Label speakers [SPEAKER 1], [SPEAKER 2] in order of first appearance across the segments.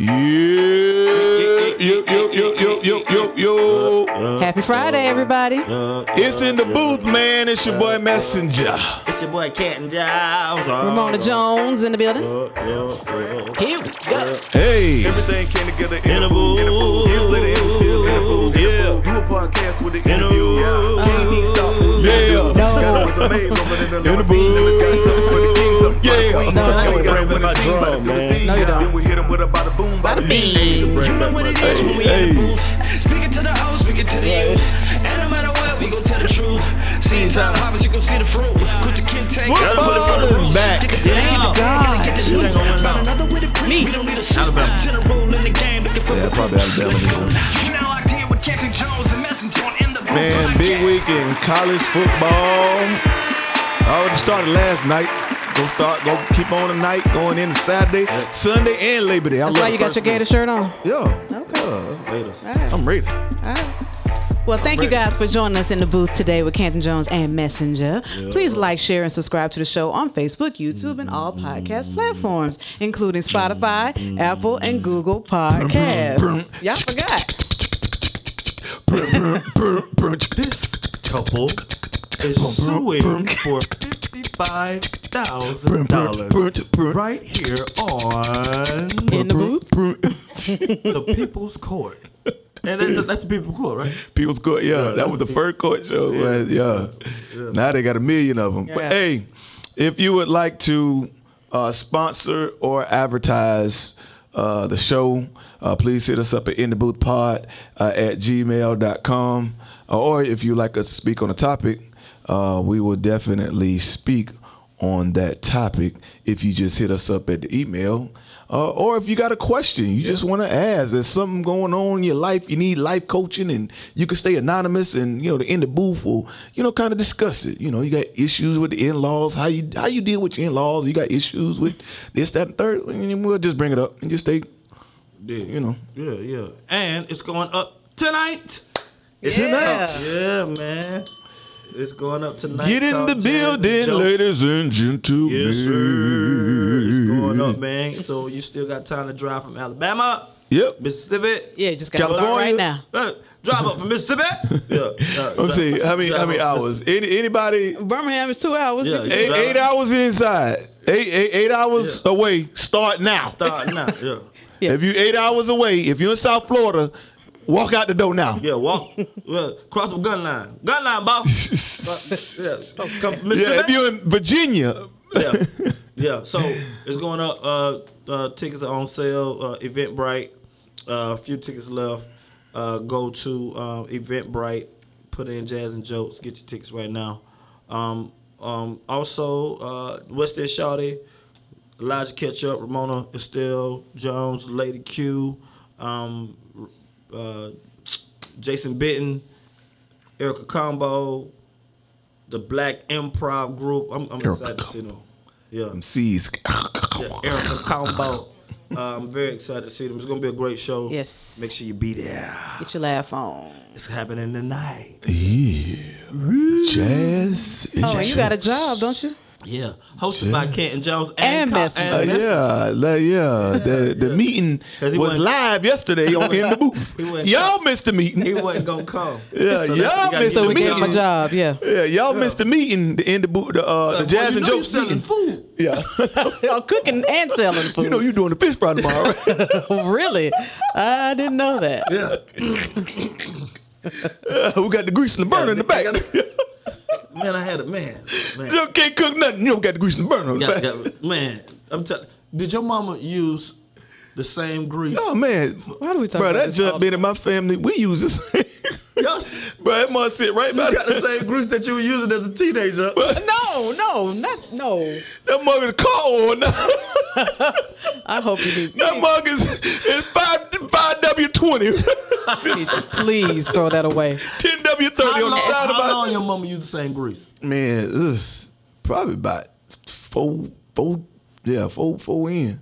[SPEAKER 1] Yeah, yo, yo, yo, yo, yo, yo, yo.
[SPEAKER 2] Happy Friday, everybody.
[SPEAKER 1] It's in the booth, man. It's your boy Messenger.
[SPEAKER 3] It's your boy Cat and Giles.
[SPEAKER 2] Ramona Jones in the building. Here we go.
[SPEAKER 1] Hey,
[SPEAKER 4] Everything came together in a
[SPEAKER 3] Interview.
[SPEAKER 4] booth. Years later, it was still in a booth.
[SPEAKER 3] Yeah.
[SPEAKER 4] Do a podcast with the
[SPEAKER 3] Interview.
[SPEAKER 4] interview. Yeah. Can't even stop.
[SPEAKER 1] yeah,
[SPEAKER 4] Got
[SPEAKER 2] No.
[SPEAKER 4] always amazed over the
[SPEAKER 1] In the booth.
[SPEAKER 4] Got something for the king, something
[SPEAKER 1] Yeah.
[SPEAKER 4] for the queen.
[SPEAKER 2] No,
[SPEAKER 4] Something
[SPEAKER 2] I ain't
[SPEAKER 4] for
[SPEAKER 3] got
[SPEAKER 4] the
[SPEAKER 3] my
[SPEAKER 4] team,
[SPEAKER 3] drum,
[SPEAKER 4] something for the
[SPEAKER 3] man.
[SPEAKER 4] theme.
[SPEAKER 2] No, you don't.
[SPEAKER 4] Then we hit 'em with a bada boom, bada
[SPEAKER 2] Bada
[SPEAKER 4] bing.
[SPEAKER 2] bing.
[SPEAKER 4] Bring
[SPEAKER 5] You know
[SPEAKER 4] back
[SPEAKER 5] what
[SPEAKER 4] my
[SPEAKER 5] it is when we in the
[SPEAKER 1] Hey.
[SPEAKER 5] booth. Speaking to the hoes, speaking to the youth. And no matter what, we gon' tell the truth. See time harvest, you gon' see the fruit. Put the kid tank, gotta put it on
[SPEAKER 1] Football
[SPEAKER 5] the
[SPEAKER 1] is
[SPEAKER 5] roof.
[SPEAKER 1] back.
[SPEAKER 5] Get the blessing,
[SPEAKER 3] Yeah.
[SPEAKER 5] get the God. Get the
[SPEAKER 3] This ain't
[SPEAKER 5] loot.
[SPEAKER 3] gonna win
[SPEAKER 5] Find
[SPEAKER 3] out.
[SPEAKER 5] another way to preach. We don't need a suit.
[SPEAKER 3] Alabama.
[SPEAKER 5] General in the game, looking for the
[SPEAKER 4] Probably Alabama.
[SPEAKER 6] You're now locked in with Captain Jones and Messenger on in the Booth
[SPEAKER 1] man. Big
[SPEAKER 6] Podcast.
[SPEAKER 1] weekend, college football. Already started last night. Go start. Go keep on tonight. Going into Saturday, Sunday, and Labor Day. I
[SPEAKER 2] That's
[SPEAKER 1] love
[SPEAKER 2] why
[SPEAKER 1] the
[SPEAKER 2] you got
[SPEAKER 1] first
[SPEAKER 2] your Gator
[SPEAKER 1] one.
[SPEAKER 2] shirt on.
[SPEAKER 1] Yeah,
[SPEAKER 2] Okay. All
[SPEAKER 3] Gators.
[SPEAKER 2] right.
[SPEAKER 1] I'm ready.
[SPEAKER 2] All right. Well, thank you guys for joining us in the booth today with Canton Jones and Messenger. Please like, share, and subscribe to the show on Facebook, YouTube, and all podcast platforms, including Spotify, Apple, and Google Podcasts. Y'all forgot.
[SPEAKER 3] This couple is suing for $55,000 right here on
[SPEAKER 2] In the booth.
[SPEAKER 3] the People's Court. And that, that's the People's Court, right?
[SPEAKER 1] People's Court, yeah. that was the first court show. Yeah. yeah. Now they got a million of them.
[SPEAKER 2] Yeah.
[SPEAKER 1] But hey, if you would like to uh, sponsor or advertise uh, the show, uh, please hit us up at intheboothpod uh, at gmail.com. Uh, or if you'd like us to speak on a topic, uh, we will definitely speak on that topic if you just hit us up at the email. Uh, or if you got a question you just want to ask, there's something going on in your life, you need life coaching, and you can stay anonymous, and you know the in the booth will, you know, kind of discuss it. You know, you got issues with the in-laws, how you how you deal with your in-laws, you got issues with this, that, and third, and we'll just bring it up and just stay,
[SPEAKER 3] Yeah.
[SPEAKER 1] you know,
[SPEAKER 3] Yeah, yeah. And it's going up tonight. It's
[SPEAKER 2] Yeah.
[SPEAKER 3] Up. Yeah, man. It's going up tonight.
[SPEAKER 1] get in
[SPEAKER 3] Called
[SPEAKER 1] the
[SPEAKER 3] Tales and
[SPEAKER 1] building,
[SPEAKER 3] Jokes.
[SPEAKER 1] ladies and gentlemen.
[SPEAKER 3] Yes, sir. It's going up, man. So you still got time to drive from Alabama,
[SPEAKER 1] Yep.
[SPEAKER 3] Mississippi.
[SPEAKER 2] Yeah, just got to start
[SPEAKER 1] California.
[SPEAKER 2] right now.
[SPEAKER 3] Uh, drive up from Mississippi. Yeah. uh,
[SPEAKER 1] Let me
[SPEAKER 3] drive-
[SPEAKER 1] see how many how
[SPEAKER 3] drive
[SPEAKER 1] many
[SPEAKER 3] up from
[SPEAKER 1] hours. Any, anybody
[SPEAKER 2] Birmingham is two hours.
[SPEAKER 3] Yeah, yeah.
[SPEAKER 1] eight, eight hours inside, eight eight, eight hours
[SPEAKER 3] Yeah.
[SPEAKER 1] away. Start now.
[SPEAKER 3] Start now. Yeah.
[SPEAKER 2] Yeah.
[SPEAKER 1] If you eight hours away, if you're in South Florida, walk out the door now.
[SPEAKER 3] Yeah, walk. yeah, cross the gun line. Gun line, boss. yeah. Come from
[SPEAKER 1] Yeah, if
[SPEAKER 3] Mississippi.
[SPEAKER 1] you're in Virginia,
[SPEAKER 3] yeah. yeah. So it's going up. Uh, uh, tickets are on sale. Uh, Eventbrite. Uh, a few tickets left. Uh, go to um, Eventbrite. Put in Jazz and Jokes. Get your tickets right now. Um, um, also, uh, what's that, Shawty? Elijah Ketchup, Ramona Estelle Jones, Lady Q, um, uh, Jason Bitten, Erica Combo, the Black Improv Group. I'm, I'm
[SPEAKER 1] Erica
[SPEAKER 3] excited to see them. Yeah,
[SPEAKER 1] C's.
[SPEAKER 3] yeah, Erica Combo. Uh, I'm very excited to see them. It's gonna be a great show.
[SPEAKER 2] Yes.
[SPEAKER 3] Make sure you be there.
[SPEAKER 2] Get your laugh on.
[SPEAKER 3] It's happening tonight.
[SPEAKER 1] Yeah. Jazz.
[SPEAKER 2] Oh, and you got a job, don't you?
[SPEAKER 3] Yeah, hosted by Kenton Jones
[SPEAKER 2] And
[SPEAKER 3] and, Co-
[SPEAKER 2] Messenger.
[SPEAKER 1] Uh,
[SPEAKER 3] and Messenger.
[SPEAKER 1] yeah, like, yeah. The the meeting
[SPEAKER 3] 'Cause he
[SPEAKER 1] was
[SPEAKER 3] wasn't-
[SPEAKER 1] live yesterday on in the booth.
[SPEAKER 3] He wasn't-
[SPEAKER 1] Y'all missed the meeting.
[SPEAKER 3] He wasn't gonna come.
[SPEAKER 1] Yeah, y'all
[SPEAKER 3] So that's- you gotta
[SPEAKER 1] missed
[SPEAKER 3] get
[SPEAKER 2] So
[SPEAKER 1] the
[SPEAKER 2] we
[SPEAKER 3] them
[SPEAKER 2] get
[SPEAKER 1] meeting.
[SPEAKER 2] him a job. Yeah.
[SPEAKER 1] yeah, y'all missed the meeting. The in the booth. The uh, the
[SPEAKER 3] Well,
[SPEAKER 1] jazz
[SPEAKER 3] Oh, you
[SPEAKER 1] and
[SPEAKER 3] know you
[SPEAKER 1] jokes
[SPEAKER 3] selling
[SPEAKER 1] meeting.
[SPEAKER 3] food.
[SPEAKER 1] Yeah,
[SPEAKER 2] Oh, cooking and selling food.
[SPEAKER 1] you know you doing the fish fry tomorrow. right?
[SPEAKER 2] really? I didn't know that.
[SPEAKER 1] we got the grease and the burner in the back.
[SPEAKER 3] Man, I had a man. Man,
[SPEAKER 1] you can't cook nothing. You don't got the grease and the burner in the
[SPEAKER 3] Yeah,
[SPEAKER 1] back.
[SPEAKER 3] yeah, man I'm telling. Did your mama use the same grease?
[SPEAKER 1] Oh man,
[SPEAKER 2] Why do we talk
[SPEAKER 1] bro?
[SPEAKER 2] about
[SPEAKER 1] That
[SPEAKER 2] this all
[SPEAKER 1] junk
[SPEAKER 2] the
[SPEAKER 1] been in my family. We use this,
[SPEAKER 3] Yes.
[SPEAKER 1] bro. It must sit right
[SPEAKER 3] You
[SPEAKER 1] by
[SPEAKER 3] got the
[SPEAKER 1] the
[SPEAKER 3] same grease that you were using as a teenager.
[SPEAKER 2] No, no, not no.
[SPEAKER 1] That mug is cold. that
[SPEAKER 2] I hope you do.
[SPEAKER 1] mug is is five five W twenty,
[SPEAKER 2] Please throw that away.
[SPEAKER 1] ten W thirty
[SPEAKER 3] How
[SPEAKER 1] on
[SPEAKER 3] long,
[SPEAKER 1] the side of
[SPEAKER 3] how
[SPEAKER 1] my
[SPEAKER 3] long your mama used the same grease?
[SPEAKER 1] man. Ugh, probably about four four yeah four four in.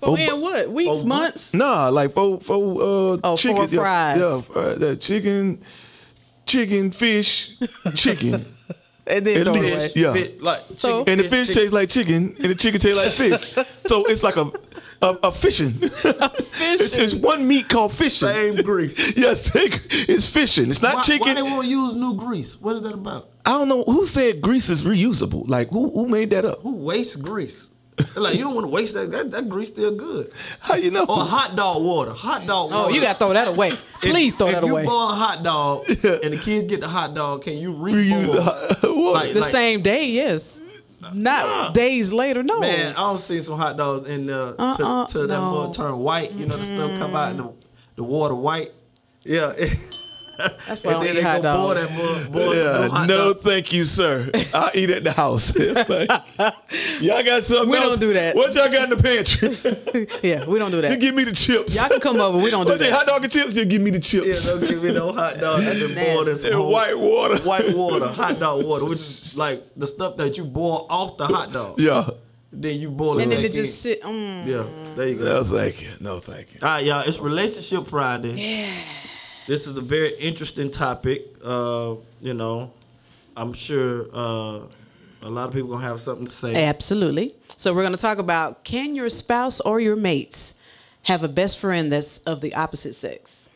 [SPEAKER 3] Oh,
[SPEAKER 2] But man, what? Weeks, months?
[SPEAKER 1] Nah, like four four uh
[SPEAKER 2] Oh, four
[SPEAKER 1] chicken yeah, uh,
[SPEAKER 2] fries.
[SPEAKER 1] Yeah, fr- that chicken, chicken fish, chicken.
[SPEAKER 2] and then
[SPEAKER 1] At
[SPEAKER 2] throw it
[SPEAKER 1] least,
[SPEAKER 2] away.
[SPEAKER 1] yeah.
[SPEAKER 3] Fit, like chicken,
[SPEAKER 2] So-
[SPEAKER 1] And the
[SPEAKER 3] Oh, fish,
[SPEAKER 1] fish
[SPEAKER 3] chicken.
[SPEAKER 1] tastes like chicken, and the chicken tastes like fish. so it's like a a, a fishing. It's, it's one meat called fishing.
[SPEAKER 3] same grease.
[SPEAKER 1] Yes, it's fishing. It's not
[SPEAKER 3] Why,
[SPEAKER 1] chicken.
[SPEAKER 3] why they won't use new grease? What is that about?
[SPEAKER 1] I don't know who said grease is reusable. Like who who made that up?
[SPEAKER 3] Who wastes grease? They're Like you don't want to waste that. That, that grease still good.
[SPEAKER 1] How you know?
[SPEAKER 3] Or hot dog water. Hot dog
[SPEAKER 2] Oh,
[SPEAKER 3] water.
[SPEAKER 2] you gotta throw that away.
[SPEAKER 3] If-
[SPEAKER 2] Please throw that
[SPEAKER 3] If you
[SPEAKER 2] away.
[SPEAKER 3] boil a hot dog
[SPEAKER 1] Yeah.
[SPEAKER 3] and the kids get the hot dog, can you
[SPEAKER 1] Reuse
[SPEAKER 3] reuse
[SPEAKER 1] the
[SPEAKER 3] it?
[SPEAKER 1] hot water.
[SPEAKER 3] oh, Like,
[SPEAKER 2] The
[SPEAKER 3] like,
[SPEAKER 2] same day, yes. Not days later, no.
[SPEAKER 3] Man, I don't see some hot dogs in there
[SPEAKER 2] Uh-uh,
[SPEAKER 3] to, to that
[SPEAKER 2] no.
[SPEAKER 3] more turn white. You know, the stuff come out and the, the water white. Yeah.
[SPEAKER 2] That's why I
[SPEAKER 3] and
[SPEAKER 2] don't
[SPEAKER 3] then
[SPEAKER 2] eat
[SPEAKER 3] they
[SPEAKER 2] hot
[SPEAKER 3] go boil
[SPEAKER 2] dogs.
[SPEAKER 3] that more, boil some new
[SPEAKER 1] yeah,
[SPEAKER 3] hot
[SPEAKER 1] no,
[SPEAKER 3] dog.
[SPEAKER 1] thank you, sir. I eat at the house. Like, y'all got something
[SPEAKER 2] We don't
[SPEAKER 1] else?
[SPEAKER 2] do that.
[SPEAKER 1] What y'all got in the pantry?
[SPEAKER 2] Yeah, we don't do
[SPEAKER 1] Just
[SPEAKER 2] that.
[SPEAKER 1] give me the chips.
[SPEAKER 2] Y'all can come over. We don't do
[SPEAKER 1] What they
[SPEAKER 2] that.
[SPEAKER 1] hot dog and chips? Just give me the
[SPEAKER 3] Yeah,
[SPEAKER 1] chips.
[SPEAKER 3] don't give me no hot dog. That's been boiled in some
[SPEAKER 1] and
[SPEAKER 3] whole-
[SPEAKER 1] white water.
[SPEAKER 3] white water, hot dog water, which is like the stuff that you boil off the hot dog.
[SPEAKER 1] Yeah.
[SPEAKER 3] Then you boil it.
[SPEAKER 2] And then
[SPEAKER 3] back
[SPEAKER 2] it just sit. Mm.
[SPEAKER 3] in. yeah, there you go.
[SPEAKER 1] No, thank you. No, thank you.
[SPEAKER 3] All right, y'all. It's relationship Friday. Yeah. This is a very interesting topic. Uh, you know, I'm sure uh, a lot of people gonna have something to say.
[SPEAKER 2] Absolutely. So we're going to talk about can your spouse or your mates have a best friend that's of the opposite sex?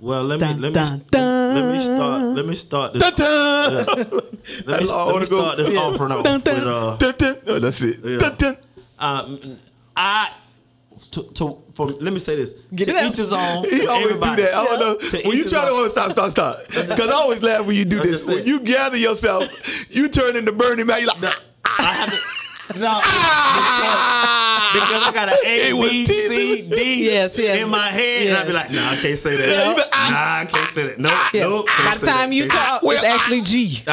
[SPEAKER 3] Well, let me
[SPEAKER 2] Dun,
[SPEAKER 3] let me
[SPEAKER 2] dun, dun.
[SPEAKER 3] let me start let me start this
[SPEAKER 1] Dun-dun!
[SPEAKER 3] let me,
[SPEAKER 1] That's all I
[SPEAKER 3] let me
[SPEAKER 1] wanna go-
[SPEAKER 3] start this
[SPEAKER 1] Yeah.
[SPEAKER 3] offering up
[SPEAKER 2] Dun, dun.
[SPEAKER 3] with uh,
[SPEAKER 1] Dun-dun! Oh, that's it.
[SPEAKER 3] Yeah.
[SPEAKER 1] Dun-dun!
[SPEAKER 3] um, I to, to for let me say this
[SPEAKER 2] Get
[SPEAKER 3] to
[SPEAKER 2] it out.
[SPEAKER 3] each his own.
[SPEAKER 1] He
[SPEAKER 3] for
[SPEAKER 1] always
[SPEAKER 3] everybody.
[SPEAKER 1] do that. I don't know.
[SPEAKER 3] To
[SPEAKER 1] when
[SPEAKER 3] each
[SPEAKER 1] you try to
[SPEAKER 3] his own.
[SPEAKER 1] stop, stop, stop. Because I always laugh when you do
[SPEAKER 3] I
[SPEAKER 1] this.
[SPEAKER 3] just
[SPEAKER 1] When
[SPEAKER 3] said-
[SPEAKER 1] you gather yourself, you turn into Bernie Mac. You like,
[SPEAKER 3] I have to no because, because I got an A
[SPEAKER 1] Ah! It was
[SPEAKER 3] B
[SPEAKER 1] teasing.
[SPEAKER 3] C D
[SPEAKER 2] Yes, yes.
[SPEAKER 3] in my head, and I'd be
[SPEAKER 2] Yes.
[SPEAKER 3] like, Nah, I can't say that.
[SPEAKER 1] Yeah, you be-
[SPEAKER 3] nah, I can't say that. Nope,
[SPEAKER 2] "Ah, Yeah.
[SPEAKER 1] Oh,
[SPEAKER 3] nope. can't
[SPEAKER 2] By the
[SPEAKER 3] say that.
[SPEAKER 2] time you
[SPEAKER 3] Can't-
[SPEAKER 2] talk, it's actually G.
[SPEAKER 3] I, I,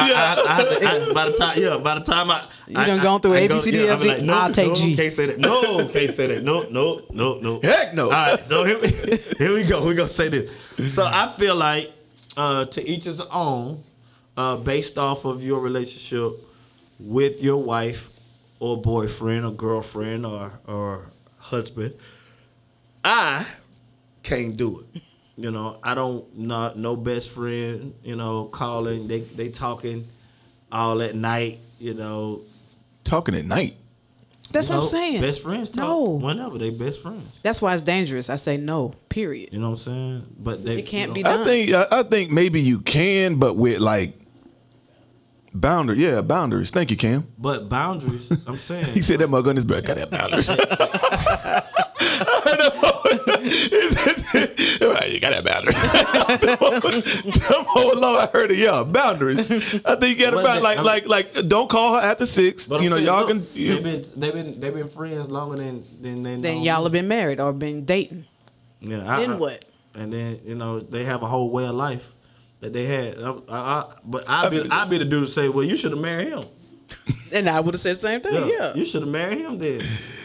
[SPEAKER 3] I, have to- I, by the time, yeah, by the time I, you I,
[SPEAKER 2] done
[SPEAKER 3] I,
[SPEAKER 2] gone through
[SPEAKER 3] I
[SPEAKER 2] A, B, C, D,
[SPEAKER 3] yeah, I
[SPEAKER 2] F,
[SPEAKER 3] be
[SPEAKER 2] G.
[SPEAKER 3] like, no,
[SPEAKER 2] I'll take
[SPEAKER 3] no,
[SPEAKER 2] G.
[SPEAKER 3] Can't say that. No, can't say that. No, no, no, no.
[SPEAKER 1] Heck no.
[SPEAKER 3] All right, so here we, here we go. We're gonna say this. So I feel like uh, to each his own, uh, based off of your relationship with your wife or boyfriend or girlfriend or or husband, I can't do it. You know, I don't not no best friend. You know, calling they they talking all at night. You know,
[SPEAKER 1] Talking at night.
[SPEAKER 2] That's what I'm
[SPEAKER 3] No,
[SPEAKER 2] saying.
[SPEAKER 3] Best friends talk
[SPEAKER 2] No.
[SPEAKER 3] whenever they best friends.
[SPEAKER 2] That's why it's dangerous. I say no, period.
[SPEAKER 3] You know what I'm saying? But they
[SPEAKER 2] It can't
[SPEAKER 3] you
[SPEAKER 2] be
[SPEAKER 3] know,
[SPEAKER 1] I think I, I think maybe you can, but with like boundary. Yeah, boundaries. Thank you, Cam.
[SPEAKER 3] But boundaries, I'm saying.
[SPEAKER 1] He said that mug on his back. Got that boundaries. I know. Right, you got that boundary. Come on, Lord, I heard it. Yeah, boundaries. I think you got
[SPEAKER 3] But
[SPEAKER 1] about
[SPEAKER 3] they-
[SPEAKER 1] like
[SPEAKER 3] I'm-
[SPEAKER 1] like like. Don't call her after six.
[SPEAKER 3] But I'm
[SPEAKER 1] you know,
[SPEAKER 3] saying,
[SPEAKER 1] y'all
[SPEAKER 3] look,
[SPEAKER 1] can. You,
[SPEAKER 3] They've been they've been they've been friends longer than than they
[SPEAKER 2] Then
[SPEAKER 3] know
[SPEAKER 2] y'all
[SPEAKER 3] me.
[SPEAKER 2] have been married or been dating.
[SPEAKER 3] Yeah, I- I-
[SPEAKER 2] Then what?
[SPEAKER 3] And then you know they have a whole way of life that they had. I, I, I, but I be I be the dude to say, well, you should have married him.
[SPEAKER 2] And I would have said the same thing.
[SPEAKER 3] Yeah,
[SPEAKER 2] Yeah.
[SPEAKER 3] you should have married him then.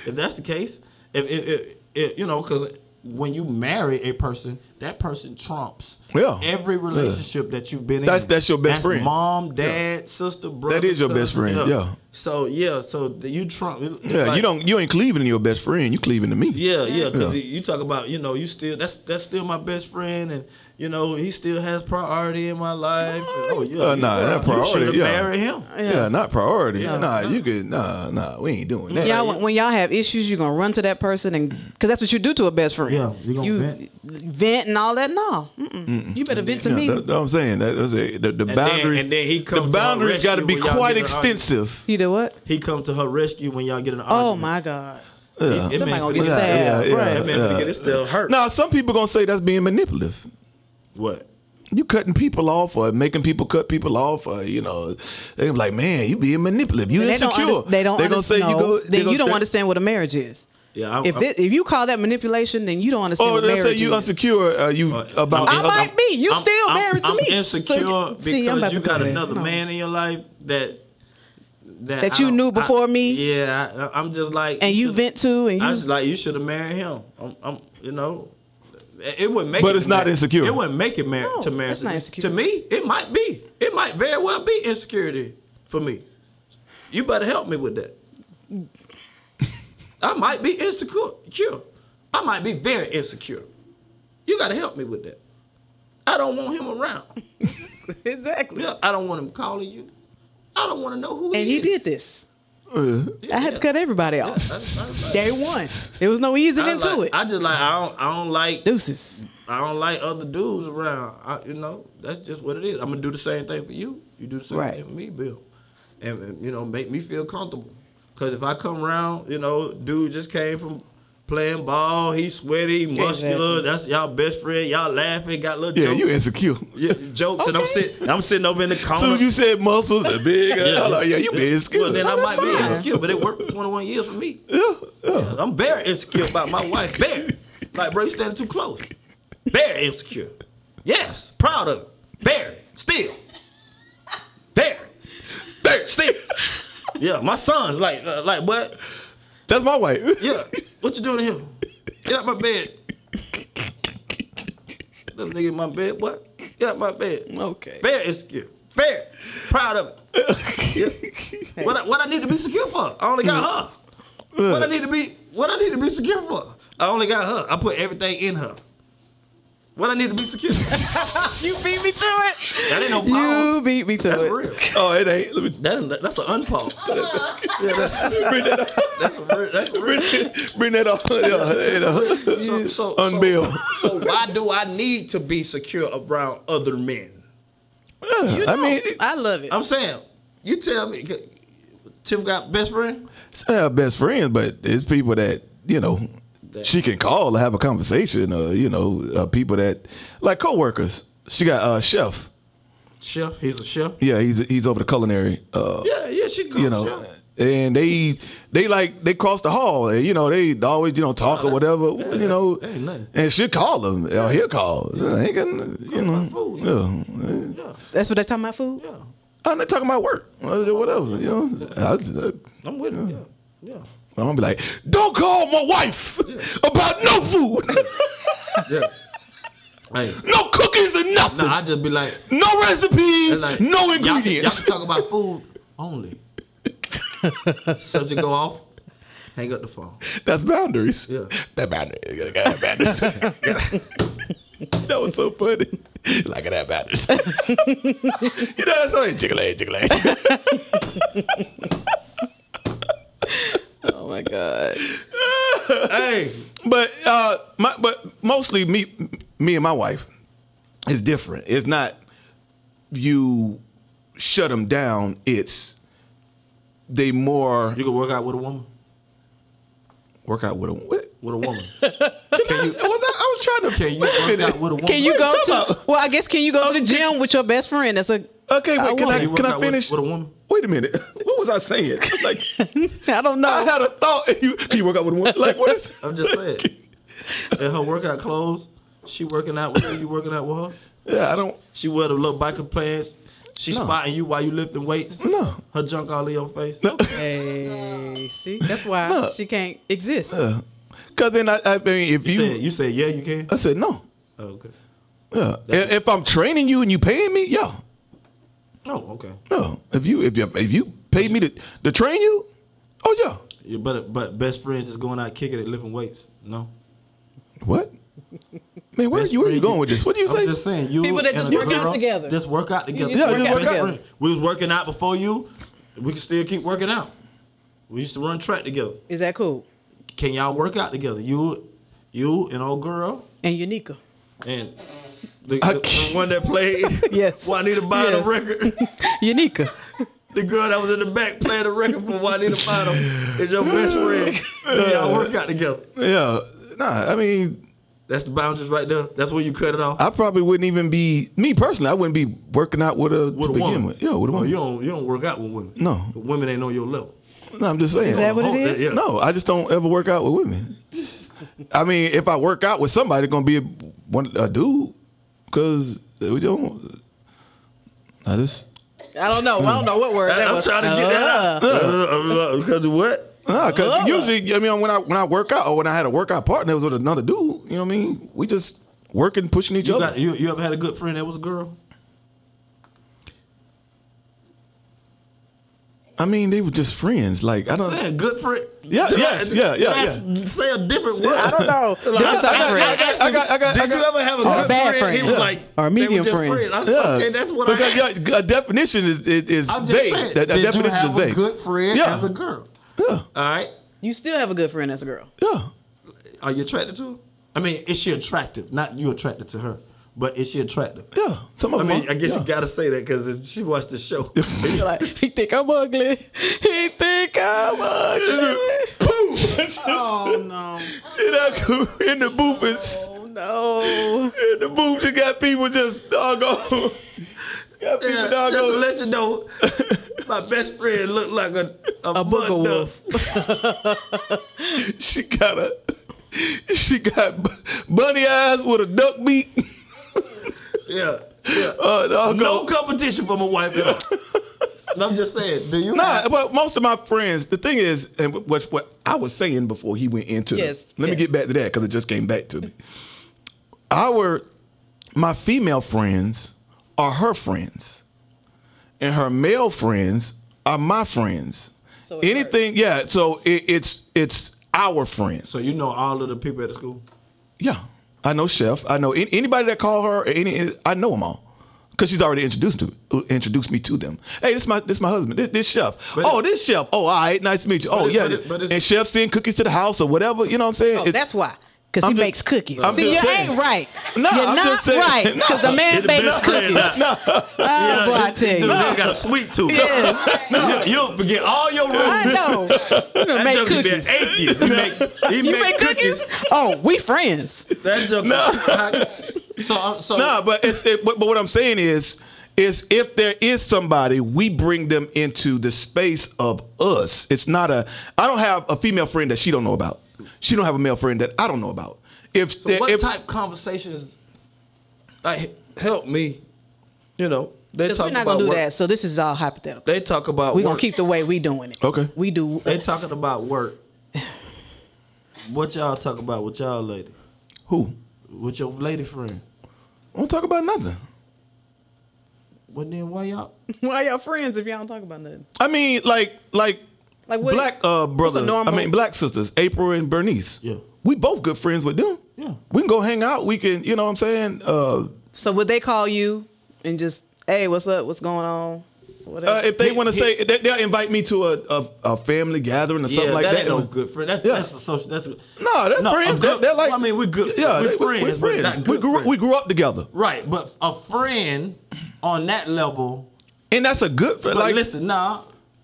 [SPEAKER 3] If that's the case, if, if, if, if you know, because when you marry a person, that person trumps
[SPEAKER 1] Yeah.
[SPEAKER 3] every relationship that you've been
[SPEAKER 1] That's-
[SPEAKER 3] in.
[SPEAKER 1] that's your best friend.
[SPEAKER 3] Mom, dad, sister, brother.
[SPEAKER 1] is your best
[SPEAKER 3] cousin,
[SPEAKER 1] friend, yeah.
[SPEAKER 3] So yeah, so the- you trump. it's
[SPEAKER 1] yeah,
[SPEAKER 3] like-
[SPEAKER 1] you don't. You ain't cleaving to your best friend. You cleaving to me.
[SPEAKER 3] Yeah, yeah, because
[SPEAKER 1] Yeah.
[SPEAKER 3] you talk about you know you still that's that's still my best friend and you know he still has priority in my life. And, oh yeah,
[SPEAKER 1] Uh, nah, that
[SPEAKER 3] you should have
[SPEAKER 1] priority, yeah.
[SPEAKER 3] married him.
[SPEAKER 1] Yeah, not priority. Nah, you could. Nah, nah, we ain't doing that.
[SPEAKER 2] Y'all, when y'all have issues, you're gonna run to that person, and because that's what you do to a best friend.
[SPEAKER 3] Yeah, you gonna
[SPEAKER 2] you
[SPEAKER 3] vent.
[SPEAKER 2] vent and all that. No, Mm-mm. you better vent to
[SPEAKER 1] Yeah,
[SPEAKER 2] me.
[SPEAKER 1] that- that I'm saying that was a, the, the
[SPEAKER 3] then-
[SPEAKER 1] boundaries.
[SPEAKER 3] and then he
[SPEAKER 1] the
[SPEAKER 3] comes to her
[SPEAKER 1] boundaries got to
[SPEAKER 3] rescue
[SPEAKER 1] be
[SPEAKER 3] when y'all
[SPEAKER 1] quite
[SPEAKER 3] get in an argument.
[SPEAKER 1] extensive.
[SPEAKER 2] You do what?
[SPEAKER 3] He come to her rescue when y'all get in an
[SPEAKER 2] Oh
[SPEAKER 3] argument.
[SPEAKER 2] my god!
[SPEAKER 3] It- it
[SPEAKER 2] Somebody
[SPEAKER 3] meant
[SPEAKER 2] gonna
[SPEAKER 3] for
[SPEAKER 2] get
[SPEAKER 3] this-
[SPEAKER 2] stabbed.
[SPEAKER 1] yeah, yeah.
[SPEAKER 2] right.
[SPEAKER 3] That man gonna get his still hurt.
[SPEAKER 1] Now, some people gonna say that's being manipulative.
[SPEAKER 3] What?
[SPEAKER 1] You cutting people off or making people cut people off or you know they be like, man, you being manipulative. You
[SPEAKER 2] And they,
[SPEAKER 1] insecure.
[SPEAKER 2] don't under, they don't.
[SPEAKER 1] They gonna say
[SPEAKER 2] understand.
[SPEAKER 1] you go.
[SPEAKER 2] then
[SPEAKER 1] they gonna
[SPEAKER 2] you don't
[SPEAKER 1] say-
[SPEAKER 2] understand what a marriage is.
[SPEAKER 3] Yeah, I'm,
[SPEAKER 2] If
[SPEAKER 3] I'm,
[SPEAKER 2] it, if you call that manipulation, then you don't understand
[SPEAKER 1] Oh,
[SPEAKER 2] what
[SPEAKER 1] they
[SPEAKER 2] marriage
[SPEAKER 1] say you
[SPEAKER 2] is.
[SPEAKER 1] insecure. Uh, you
[SPEAKER 3] Uh,
[SPEAKER 1] about
[SPEAKER 2] I
[SPEAKER 3] I'm-
[SPEAKER 2] might be. You
[SPEAKER 3] I'm-
[SPEAKER 2] still
[SPEAKER 3] I'm-
[SPEAKER 2] married to
[SPEAKER 3] I'm
[SPEAKER 2] me.
[SPEAKER 3] insecure
[SPEAKER 2] So-
[SPEAKER 3] because
[SPEAKER 2] see, I'm about
[SPEAKER 3] you
[SPEAKER 2] to
[SPEAKER 3] got
[SPEAKER 2] go there.
[SPEAKER 3] another
[SPEAKER 2] No.
[SPEAKER 3] man in your life that that,
[SPEAKER 2] That
[SPEAKER 3] I
[SPEAKER 2] you
[SPEAKER 3] don't-
[SPEAKER 2] knew
[SPEAKER 3] I-
[SPEAKER 2] before me?
[SPEAKER 3] Yeah, I, I'm just like
[SPEAKER 2] and you
[SPEAKER 3] shoulda-
[SPEAKER 2] vent to, and
[SPEAKER 3] I
[SPEAKER 2] you
[SPEAKER 3] was like, you should have married him. I'm, I'm you know, it it wouldn't make.
[SPEAKER 1] But
[SPEAKER 3] it
[SPEAKER 1] it's
[SPEAKER 3] to
[SPEAKER 1] not
[SPEAKER 3] mar-
[SPEAKER 1] insecure.
[SPEAKER 3] It wouldn't make it marriage
[SPEAKER 2] No,
[SPEAKER 3] to marriage.
[SPEAKER 2] that's not
[SPEAKER 3] to,
[SPEAKER 2] insecure.
[SPEAKER 3] to me, it might be. It might very well be insecurity for me. You better help me with that. I might be insecure. Sure. I might be very insecure. You gotta help me with that. I don't want him around.
[SPEAKER 2] exactly.
[SPEAKER 3] Yeah, I don't want him calling you. I don't want to know who
[SPEAKER 2] And
[SPEAKER 3] he
[SPEAKER 2] he
[SPEAKER 3] is.
[SPEAKER 2] did this. I had to
[SPEAKER 3] Yeah.
[SPEAKER 2] cut everybody off.
[SPEAKER 3] That's-
[SPEAKER 2] Day one. There was no easing
[SPEAKER 3] I
[SPEAKER 2] into
[SPEAKER 3] like-
[SPEAKER 2] it.
[SPEAKER 3] I just like I don't I don't like
[SPEAKER 2] Deuces.
[SPEAKER 3] I don't like other dudes around. I, you know, that's just what it is. I'm gonna do the same thing for you. You do the same
[SPEAKER 2] Right.
[SPEAKER 3] thing for me, Bill, and, and, you know, make me feel comfortable. Cause if I come around, you know, dude just came from playing ball. He's sweaty, muscular.
[SPEAKER 2] Exactly.
[SPEAKER 3] That's y'all best friend. Y'all laughing, got little
[SPEAKER 1] Yeah,
[SPEAKER 3] jokes,
[SPEAKER 1] you insecure.
[SPEAKER 3] yeah, jokes, and I'm
[SPEAKER 2] Okay.
[SPEAKER 3] sitting, I'm sitting over in the corner.
[SPEAKER 1] Soon as you said muscles and big, yeah,
[SPEAKER 3] Yeah.
[SPEAKER 1] like, yeah, you been insecure.
[SPEAKER 3] Well, then I
[SPEAKER 2] Oh,
[SPEAKER 3] might
[SPEAKER 2] that's
[SPEAKER 3] be
[SPEAKER 2] fine.
[SPEAKER 3] insecure, but it worked for 21 years for me. Yeah, I'm very insecure about my wife. Very. Like, bro, you standing too close. Very insecure. Yes, proud of it. Very. Still. Very. Very. Still. Yeah, my son's like, uh, like what?
[SPEAKER 1] That's my wife.
[SPEAKER 3] Yeah, what you doing in here? Get out my bed. This nigga in my bed, what? Get out my bed.
[SPEAKER 2] Okay.
[SPEAKER 3] Fair is secure. Fair. Proud of it. Yeah. What, I, what I need to be secure for? I only got her. What I need to be what I need to be secure for? I only got her. I put everything in her. What I need to be secure.
[SPEAKER 2] You beat me to it.
[SPEAKER 3] that ain't no pause.
[SPEAKER 2] You beat me to
[SPEAKER 3] that's
[SPEAKER 2] it.
[SPEAKER 3] real.
[SPEAKER 1] Oh, it ain't. Let me
[SPEAKER 3] That, that's an unpause. yeah, that's,
[SPEAKER 1] bring that up.
[SPEAKER 3] that's real. That's real.
[SPEAKER 1] Bring, bring that up. Yeah, yeah.
[SPEAKER 3] So, so,
[SPEAKER 1] Unbill.
[SPEAKER 3] So, so why do I need to be secure around other men?
[SPEAKER 1] I mean,
[SPEAKER 2] I love it.
[SPEAKER 3] I'm saying, you tell me. Tiff got best friend.
[SPEAKER 1] it's not our best friends, but it's people that you know she can call to have a conversation. Uh, you know, uh, people that like coworkers. She got uh, chef.
[SPEAKER 3] Chef. He's a chef.
[SPEAKER 1] Yeah, he's he's over the culinary. Uh,
[SPEAKER 3] Yeah, yeah, she can
[SPEAKER 1] you
[SPEAKER 3] call
[SPEAKER 1] know. uh,
[SPEAKER 3] chef.
[SPEAKER 1] And they they like they cross the hall. and, You know they always you know talk or whatever. you know,
[SPEAKER 3] that's- that ain't nothing.
[SPEAKER 1] and she'll call them. Or he'll call. They can, you know,
[SPEAKER 3] food.
[SPEAKER 1] yeah.
[SPEAKER 2] That's what they're talking about, food?
[SPEAKER 3] Yeah,
[SPEAKER 1] I'm not talking about work. or Whatever. You know, I, I,
[SPEAKER 3] I'm with her. Yeah, yeah,
[SPEAKER 1] I'm gonna be like, don't call my wife about no food,
[SPEAKER 3] yeah. hey,
[SPEAKER 1] no cookies and nothing,
[SPEAKER 3] no, I just be like,
[SPEAKER 1] no recipes,
[SPEAKER 3] it's like
[SPEAKER 1] no
[SPEAKER 3] y'all-
[SPEAKER 1] ingredients.
[SPEAKER 3] Y'all, can talk about food only. Subject go off. Hang up the phone.
[SPEAKER 1] That's boundaries.
[SPEAKER 3] Yeah.
[SPEAKER 1] That boundary. I gotta have boundaries. that was so funny. Like that boundaries. you know that's only jiggle it, jiggle it.
[SPEAKER 2] Oh my God.
[SPEAKER 3] Hey,
[SPEAKER 1] But uh, my but mostly me me and my wife is different. It's not you shut them down. It's they more
[SPEAKER 3] you can work out with a woman.
[SPEAKER 1] work out with a what?
[SPEAKER 3] With a woman.
[SPEAKER 1] Can you, was I, I was trying to.
[SPEAKER 3] Can you work out with a woman?
[SPEAKER 2] Can you
[SPEAKER 1] What
[SPEAKER 2] go
[SPEAKER 1] are you talking
[SPEAKER 2] to?
[SPEAKER 1] about?
[SPEAKER 2] Well, I guess can you go to the gym with your best friend? That's a.
[SPEAKER 1] Okay, wait. Can
[SPEAKER 3] Can
[SPEAKER 1] I
[SPEAKER 3] you work
[SPEAKER 1] can
[SPEAKER 3] out
[SPEAKER 1] I
[SPEAKER 3] with-
[SPEAKER 1] finish?
[SPEAKER 3] with, a woman?
[SPEAKER 1] Wait a minute. What was I saying? Like
[SPEAKER 2] I don't know.
[SPEAKER 1] I had a thought. And you can you work out with a woman? Like what is?
[SPEAKER 3] I'm just saying. In her workout clothes, she working out with you. You working out with her.
[SPEAKER 1] Yeah, I don't.
[SPEAKER 3] She wear the little biker pants. She
[SPEAKER 1] No.
[SPEAKER 3] spotting you while you lifting weights.
[SPEAKER 1] No.
[SPEAKER 3] Her junk all in your face.
[SPEAKER 1] No.
[SPEAKER 2] Hey, see, that's why
[SPEAKER 1] Huh.
[SPEAKER 2] she can't exist.
[SPEAKER 1] Cause then I, I mean if
[SPEAKER 3] You
[SPEAKER 1] you,
[SPEAKER 3] said, you said yeah, you can.
[SPEAKER 1] I said no.
[SPEAKER 3] Oh, okay.
[SPEAKER 1] Yeah.
[SPEAKER 3] That's-
[SPEAKER 1] If, if I'm training you and you paying me, yeah.
[SPEAKER 3] Oh, okay.
[SPEAKER 1] No, if you if you if you paid me to to train you, oh yeah.
[SPEAKER 3] Yeah, but but best friends just going out kicking it, lifting weights. No.
[SPEAKER 1] What? Man, where,
[SPEAKER 3] Best
[SPEAKER 1] you, where you
[SPEAKER 3] friend,
[SPEAKER 1] going with this? What do you
[SPEAKER 3] I'm
[SPEAKER 1] say?
[SPEAKER 3] just saying you
[SPEAKER 2] People that
[SPEAKER 3] and
[SPEAKER 2] just
[SPEAKER 3] a
[SPEAKER 2] work out
[SPEAKER 3] girl
[SPEAKER 2] together.
[SPEAKER 3] Just work out together.
[SPEAKER 2] just
[SPEAKER 1] Yeah, work just out work
[SPEAKER 2] together.
[SPEAKER 3] Best friend. We was working out before you. We can still keep working out. We used to run track together.
[SPEAKER 2] Is that cool?
[SPEAKER 3] Can y'all work out together? You you and old girl
[SPEAKER 2] And Unica.
[SPEAKER 3] and the,
[SPEAKER 1] I
[SPEAKER 3] the- the
[SPEAKER 1] can't-
[SPEAKER 3] one that played
[SPEAKER 2] Yes.
[SPEAKER 3] Juanita Bynum
[SPEAKER 2] Yes.
[SPEAKER 3] record.
[SPEAKER 2] Unica.
[SPEAKER 3] The girl that was in the back playing the record for Juanita Bynum is your best friend. Do y'all work out together.
[SPEAKER 1] yeah. Nah, I mean,
[SPEAKER 3] That's the boundaries right there. That's where you cut it off.
[SPEAKER 1] I probably wouldn't even be me personally. I wouldn't be working out with a
[SPEAKER 3] with
[SPEAKER 1] to
[SPEAKER 3] a
[SPEAKER 1] begin
[SPEAKER 3] woman.
[SPEAKER 1] with. Yeah, with a
[SPEAKER 3] Oh,
[SPEAKER 1] woman.
[SPEAKER 3] you don't you don't work out with women.
[SPEAKER 1] No.
[SPEAKER 3] But women ain't on your level.
[SPEAKER 1] no, I'm just saying.
[SPEAKER 2] Is that what it
[SPEAKER 3] Oh,
[SPEAKER 2] is?
[SPEAKER 3] yeah.
[SPEAKER 1] No, I just don't ever work out with women. I mean, if I work out with somebody, it's gonna be a, one a dude, cause we don't. I just
[SPEAKER 2] I don't know. I don't know what word that
[SPEAKER 3] I'm
[SPEAKER 2] was.
[SPEAKER 3] trying to get that out. Uh, Because of what?
[SPEAKER 1] Nah, cause usually I mean when I when I work out or when I had a workout partner, it was with another dude. You know what I mean? We just working, pushing each
[SPEAKER 3] You,
[SPEAKER 1] other.
[SPEAKER 3] got, you, you ever had a good friend that was a girl?
[SPEAKER 1] I mean, they were just friends. Like I don't.
[SPEAKER 3] Saying good for it.
[SPEAKER 1] Yeah,
[SPEAKER 3] Did I-
[SPEAKER 1] yes, yeah, yeah,
[SPEAKER 3] did I Say a different word.
[SPEAKER 2] I don't know.
[SPEAKER 3] Like,
[SPEAKER 2] That's
[SPEAKER 3] I-
[SPEAKER 2] a
[SPEAKER 3] I- I
[SPEAKER 2] friend.
[SPEAKER 3] asked
[SPEAKER 1] I
[SPEAKER 3] him,
[SPEAKER 1] got- I got-
[SPEAKER 3] Did
[SPEAKER 1] I got-
[SPEAKER 3] you ever have a
[SPEAKER 2] Or a
[SPEAKER 3] good
[SPEAKER 2] bad
[SPEAKER 3] friend? He
[SPEAKER 2] friend.
[SPEAKER 3] was
[SPEAKER 2] Yeah.
[SPEAKER 3] like,
[SPEAKER 2] Or a
[SPEAKER 3] they were
[SPEAKER 2] medium
[SPEAKER 3] just
[SPEAKER 2] friend.
[SPEAKER 3] friends. I was like,
[SPEAKER 1] Yeah,
[SPEAKER 3] okay, that's what
[SPEAKER 1] because
[SPEAKER 3] I. asked.
[SPEAKER 1] yeah, a definition is is, is
[SPEAKER 3] I'm just
[SPEAKER 1] vague.
[SPEAKER 3] saying.
[SPEAKER 1] That, that
[SPEAKER 3] did you
[SPEAKER 1] definition
[SPEAKER 3] have
[SPEAKER 1] is
[SPEAKER 3] a
[SPEAKER 1] vague.
[SPEAKER 3] good friend
[SPEAKER 1] Yeah.
[SPEAKER 3] as a girl?
[SPEAKER 1] yeah,
[SPEAKER 3] All right.
[SPEAKER 2] You still have a good friend as a girl.
[SPEAKER 1] yeah.
[SPEAKER 3] Are you attracted to her? I mean, is she attractive? Not you attracted to her, but is she attractive?
[SPEAKER 1] Yeah, some of
[SPEAKER 3] I
[SPEAKER 1] them.
[SPEAKER 3] mean,
[SPEAKER 1] are.
[SPEAKER 3] I guess
[SPEAKER 1] yeah.
[SPEAKER 3] you gotta say that because if she watched the show,
[SPEAKER 2] You're like, he think I'm ugly. He think I'm ugly. oh no.
[SPEAKER 1] in the booth is
[SPEAKER 2] Oh no.
[SPEAKER 1] in the booth. You got people just doggone. got people
[SPEAKER 3] Yeah, just to
[SPEAKER 1] doggone.
[SPEAKER 3] let you know, my best friend looked like a a,
[SPEAKER 2] A book of
[SPEAKER 3] mud duck.
[SPEAKER 2] wolf.
[SPEAKER 1] she got a. She got bu- bunny eyes with a duck beak.
[SPEAKER 3] Yeah, yeah.
[SPEAKER 1] Uh, doggone.
[SPEAKER 3] no competition for my wife at all. I'm just saying. Do you?
[SPEAKER 1] Nah, but most of my friends, the thing is, and what's what I was saying before he went into
[SPEAKER 2] Yes,
[SPEAKER 1] this. Let me
[SPEAKER 2] yes.
[SPEAKER 1] get back to that because it just came back to me. Our, my female friends are her friends, and her male friends are my friends.
[SPEAKER 2] So it's
[SPEAKER 1] Anything, yeah. So it, it's it's our friends.
[SPEAKER 3] so you know all of the people at the school.
[SPEAKER 1] yeah, I know Chef. I know an- anybody that call her. or Any, I know them all. Cause she's already introduced to uh, introduced me to them. Hey, this my this my husband. This, this chef.
[SPEAKER 3] But-
[SPEAKER 1] oh, this chef. Oh, all right, nice to meet you. Oh
[SPEAKER 3] it-
[SPEAKER 1] yeah.
[SPEAKER 3] but it- but it's-
[SPEAKER 1] and chef send cookies to the house or whatever. You know what I'm saying?
[SPEAKER 2] Oh,
[SPEAKER 1] It's-
[SPEAKER 2] that's why. Because
[SPEAKER 1] I'm
[SPEAKER 2] he
[SPEAKER 1] just-
[SPEAKER 2] makes cookies.
[SPEAKER 1] I'm
[SPEAKER 2] See, you
[SPEAKER 1] just saying.
[SPEAKER 2] ain't right.
[SPEAKER 1] No,
[SPEAKER 2] You're
[SPEAKER 1] I'm
[SPEAKER 2] not
[SPEAKER 1] just saying.
[SPEAKER 2] right. Because the man bakes cookies. Oh, boy, I tell you.
[SPEAKER 3] Dude, they got a sweet tooth.
[SPEAKER 2] Yes.
[SPEAKER 3] You, you'll forget all your rules.
[SPEAKER 2] I know. You don't
[SPEAKER 3] That
[SPEAKER 2] make
[SPEAKER 3] joke could be an
[SPEAKER 2] cookies.
[SPEAKER 3] atheist. He make, he
[SPEAKER 2] You
[SPEAKER 3] make,
[SPEAKER 2] make cookies? Oh, we friends.
[SPEAKER 3] That joke. So, uh, so
[SPEAKER 1] No, but it's it, but, but what I'm saying is is if there is somebody, we bring them into the space of us. It's not a I don't have a female friend that she don't know about. She don't have a male friend that I don't know about. If
[SPEAKER 3] So what
[SPEAKER 1] if,
[SPEAKER 3] type conversations like help me? You know, they
[SPEAKER 2] Because
[SPEAKER 3] talk
[SPEAKER 2] we're not
[SPEAKER 3] about
[SPEAKER 2] going to do
[SPEAKER 3] work.
[SPEAKER 2] that. So this is all hypothetical.
[SPEAKER 3] They talk about
[SPEAKER 2] We're
[SPEAKER 3] work.
[SPEAKER 2] going to keep the way we doing it.
[SPEAKER 1] Okay.
[SPEAKER 2] We do.
[SPEAKER 3] They talking about work. What y'all talk about with y'all lady?
[SPEAKER 1] who?
[SPEAKER 3] With your lady friend?
[SPEAKER 1] I don't talk about nothing.
[SPEAKER 3] Well then why y'all?
[SPEAKER 2] Why y'all friends if y'all don't talk about nothing?
[SPEAKER 1] I mean, like like
[SPEAKER 2] Like what?
[SPEAKER 1] black uh brothers.
[SPEAKER 2] normal-
[SPEAKER 1] I mean black sisters, April and Bernice.
[SPEAKER 3] Yeah.
[SPEAKER 1] We both good friends with them.
[SPEAKER 3] Yeah.
[SPEAKER 1] We can go hang out. We can, you know what I'm saying? Uh,
[SPEAKER 2] So would they call you and just, hey, what's up? What's going on? Whatever.
[SPEAKER 1] uh if they
[SPEAKER 3] He-
[SPEAKER 1] want to
[SPEAKER 3] he-
[SPEAKER 1] say they, they'll invite me to a, a a family gathering or something
[SPEAKER 3] yeah,
[SPEAKER 1] like
[SPEAKER 3] that,
[SPEAKER 1] that.
[SPEAKER 3] ain't no good friend. That's
[SPEAKER 1] Yeah.
[SPEAKER 3] that's a social. That's a,
[SPEAKER 1] No, they're
[SPEAKER 3] No,
[SPEAKER 1] friends.
[SPEAKER 3] a good-
[SPEAKER 1] they're, they're like,
[SPEAKER 3] well, I mean, we're good-
[SPEAKER 1] Yeah,
[SPEAKER 3] we're
[SPEAKER 1] they-
[SPEAKER 3] friends,
[SPEAKER 1] We're
[SPEAKER 3] but not
[SPEAKER 1] friends.
[SPEAKER 3] good
[SPEAKER 1] we grew
[SPEAKER 3] friends.
[SPEAKER 1] we grew up together,
[SPEAKER 3] right, but a friend on that level.
[SPEAKER 1] and that's a good friend.
[SPEAKER 3] But
[SPEAKER 1] Like,
[SPEAKER 3] listen, nah.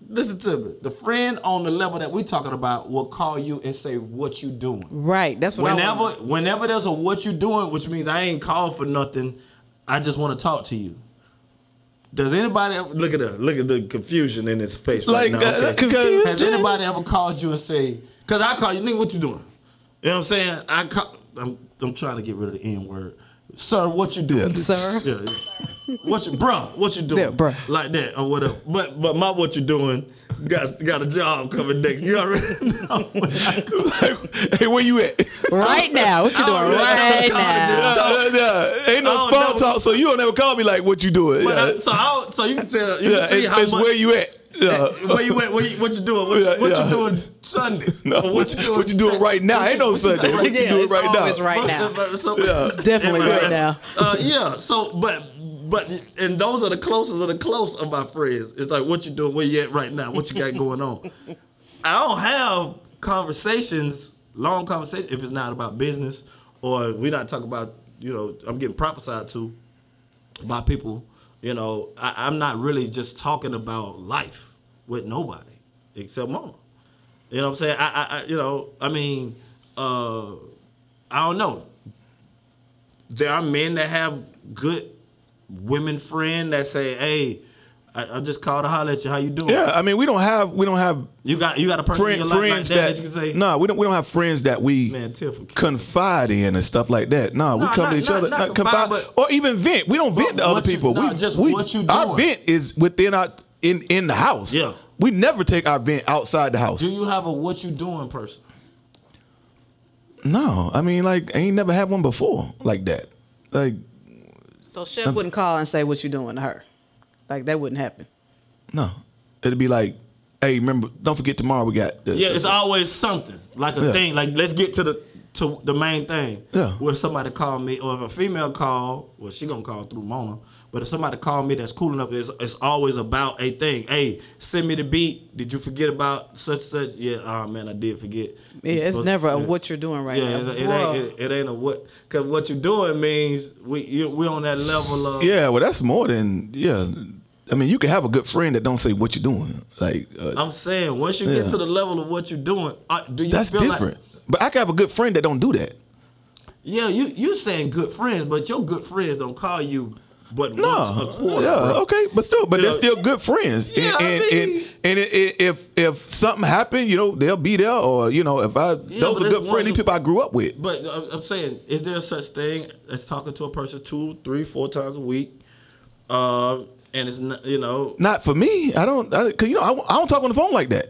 [SPEAKER 3] Listen to me. The friend on the level that we talking about will call you and say what you doing.
[SPEAKER 2] right. That's what I
[SPEAKER 3] whenever
[SPEAKER 2] want.
[SPEAKER 3] whenever there's a what you doing, which means I ain't called for nothing. I just want to talk to you. Does anybody ever, look at the look at the confusion in his face
[SPEAKER 1] like,
[SPEAKER 3] right now?
[SPEAKER 1] uh,
[SPEAKER 3] okay.
[SPEAKER 1] because-
[SPEAKER 3] Has anybody ever called you and say, "Cause I call you, nigga, what you doing?" You know what I'm saying? I call, I'm I'm trying to get rid of the N word, sir. What you doing,
[SPEAKER 2] Sir.
[SPEAKER 3] Yeah, yeah. What you, bruh? What you doing,
[SPEAKER 2] Yeah, bruh.
[SPEAKER 3] Like that or whatever. But but my what you doing got got a job coming next. You already know.
[SPEAKER 1] like, hey, where you at?
[SPEAKER 2] Right now. What you
[SPEAKER 3] I
[SPEAKER 2] doing
[SPEAKER 3] don't really
[SPEAKER 2] right
[SPEAKER 3] know. I
[SPEAKER 1] Uh,
[SPEAKER 3] just-
[SPEAKER 2] now?
[SPEAKER 3] So-
[SPEAKER 1] yeah, ain't no
[SPEAKER 3] Oh,
[SPEAKER 1] small
[SPEAKER 3] no.
[SPEAKER 1] talk, so you don't ever call me like what you doing.
[SPEAKER 3] But
[SPEAKER 1] yeah,
[SPEAKER 3] I, so I, so you can tell you
[SPEAKER 1] yeah
[SPEAKER 3] can see
[SPEAKER 1] it's,
[SPEAKER 3] how
[SPEAKER 1] it's
[SPEAKER 3] much
[SPEAKER 1] where you at. Yeah.
[SPEAKER 3] where you at, what you, what you doing, what,
[SPEAKER 1] Yeah,
[SPEAKER 3] you, what
[SPEAKER 1] yeah.
[SPEAKER 3] you doing Sunday,
[SPEAKER 1] No.
[SPEAKER 3] Or what you doing,
[SPEAKER 1] What you doing right now?
[SPEAKER 3] what
[SPEAKER 1] Ain't no
[SPEAKER 3] what you
[SPEAKER 1] Sunday.
[SPEAKER 3] doing
[SPEAKER 1] What you doing
[SPEAKER 2] it's
[SPEAKER 1] right now?
[SPEAKER 2] always right
[SPEAKER 3] Most
[SPEAKER 2] now.
[SPEAKER 3] of us- so-
[SPEAKER 2] Definitely
[SPEAKER 3] Everybody-
[SPEAKER 2] right now.
[SPEAKER 3] Uh, yeah. So, but but and those are the closest of the close of my friends. It's like what you doing, where you at right now, what you got going on. I don't have conversations, long conversations, if it's not about business or we not talking about. You know, I'm getting prophesied to by people. You know, I, I'm not really just talking about life with nobody except mama. You know what I'm saying? I, I, I you know, I mean, uh, I don't know. There are men that have good women friend that say, "Hey, I, I just called to holler at you. How you doing?
[SPEAKER 1] Yeah, I mean, we don't have we don't have
[SPEAKER 3] You got you got a person in
[SPEAKER 1] friend,
[SPEAKER 3] your life like
[SPEAKER 1] friends
[SPEAKER 3] that, that you can say,
[SPEAKER 1] that no, we don't we don't have friends that we
[SPEAKER 3] man, Tiff,
[SPEAKER 1] confide in and stuff like that. Nah, we
[SPEAKER 3] Nah,
[SPEAKER 1] come
[SPEAKER 3] not-
[SPEAKER 1] to each
[SPEAKER 3] not-
[SPEAKER 1] other,
[SPEAKER 3] not
[SPEAKER 1] not confide,
[SPEAKER 3] confide,
[SPEAKER 1] or even vent. We don't vent
[SPEAKER 3] But
[SPEAKER 1] to other
[SPEAKER 3] what you-
[SPEAKER 1] people.
[SPEAKER 3] nah,
[SPEAKER 1] we
[SPEAKER 3] just
[SPEAKER 1] we-
[SPEAKER 3] what you
[SPEAKER 1] Our
[SPEAKER 3] doing.
[SPEAKER 1] vent is within our in in the house.
[SPEAKER 3] Yeah.
[SPEAKER 1] we never take our vent outside the house.
[SPEAKER 3] do you have a what you doing person?
[SPEAKER 1] No, I mean like I ain't never had one before like that. Like
[SPEAKER 2] So Chef wouldn't call and say what you doing to her. Like that wouldn't happen.
[SPEAKER 1] no, it'd be like Hey, remember, don't forget tomorrow we got. The,
[SPEAKER 3] Yeah, it's always something like a
[SPEAKER 1] Yeah.
[SPEAKER 3] thing. Like let's get to the to the main thing.
[SPEAKER 1] Yeah.
[SPEAKER 3] Where somebody call me, or if a female call, well, she gonna call through Mona. But if somebody call me that's cool enough, it's, it's always about a thing. Hey, send me the beat. Did you forget about such such? Yeah, oh man, I did forget. You
[SPEAKER 2] Yeah, it's
[SPEAKER 3] supposed-
[SPEAKER 2] never a
[SPEAKER 3] yeah.
[SPEAKER 2] what you're doing right
[SPEAKER 3] Yeah,
[SPEAKER 2] now.
[SPEAKER 3] it, it
[SPEAKER 2] Bruh.
[SPEAKER 3] ain't it, it ain't a what because what you doing means we you, we on that level of
[SPEAKER 1] Yeah, well, that's more than yeah. I mean, you can have a good friend that don't say what you're doing. Like uh,
[SPEAKER 3] I'm saying once you
[SPEAKER 1] Yeah.
[SPEAKER 3] get to the level of what you're doing, uh, do you
[SPEAKER 1] that's
[SPEAKER 3] feel like-
[SPEAKER 1] different. but I can have a good friend that don't do that.
[SPEAKER 3] Yeah, you you saying good friends, but your good friends don't call you but
[SPEAKER 1] No,
[SPEAKER 3] once a quarter.
[SPEAKER 1] yeah,
[SPEAKER 3] bro.
[SPEAKER 1] okay, but still, but
[SPEAKER 3] You
[SPEAKER 1] they're
[SPEAKER 3] know,
[SPEAKER 1] still good friends.
[SPEAKER 3] yeah, I
[SPEAKER 1] and, and,
[SPEAKER 3] mean-
[SPEAKER 1] and, and i- i- if if something happened, you know, they'll be there. Or you know, if I those
[SPEAKER 3] but
[SPEAKER 1] are
[SPEAKER 3] that's
[SPEAKER 1] good friends,
[SPEAKER 3] one-
[SPEAKER 1] these people I grew up with.
[SPEAKER 3] But I'm, I'm saying, is there such thing as talking to a person two, three, four times a week? Um, and it's not, you know,
[SPEAKER 1] Not for me. I don't. I, Cause you know, I, I don't talk on the phone like that.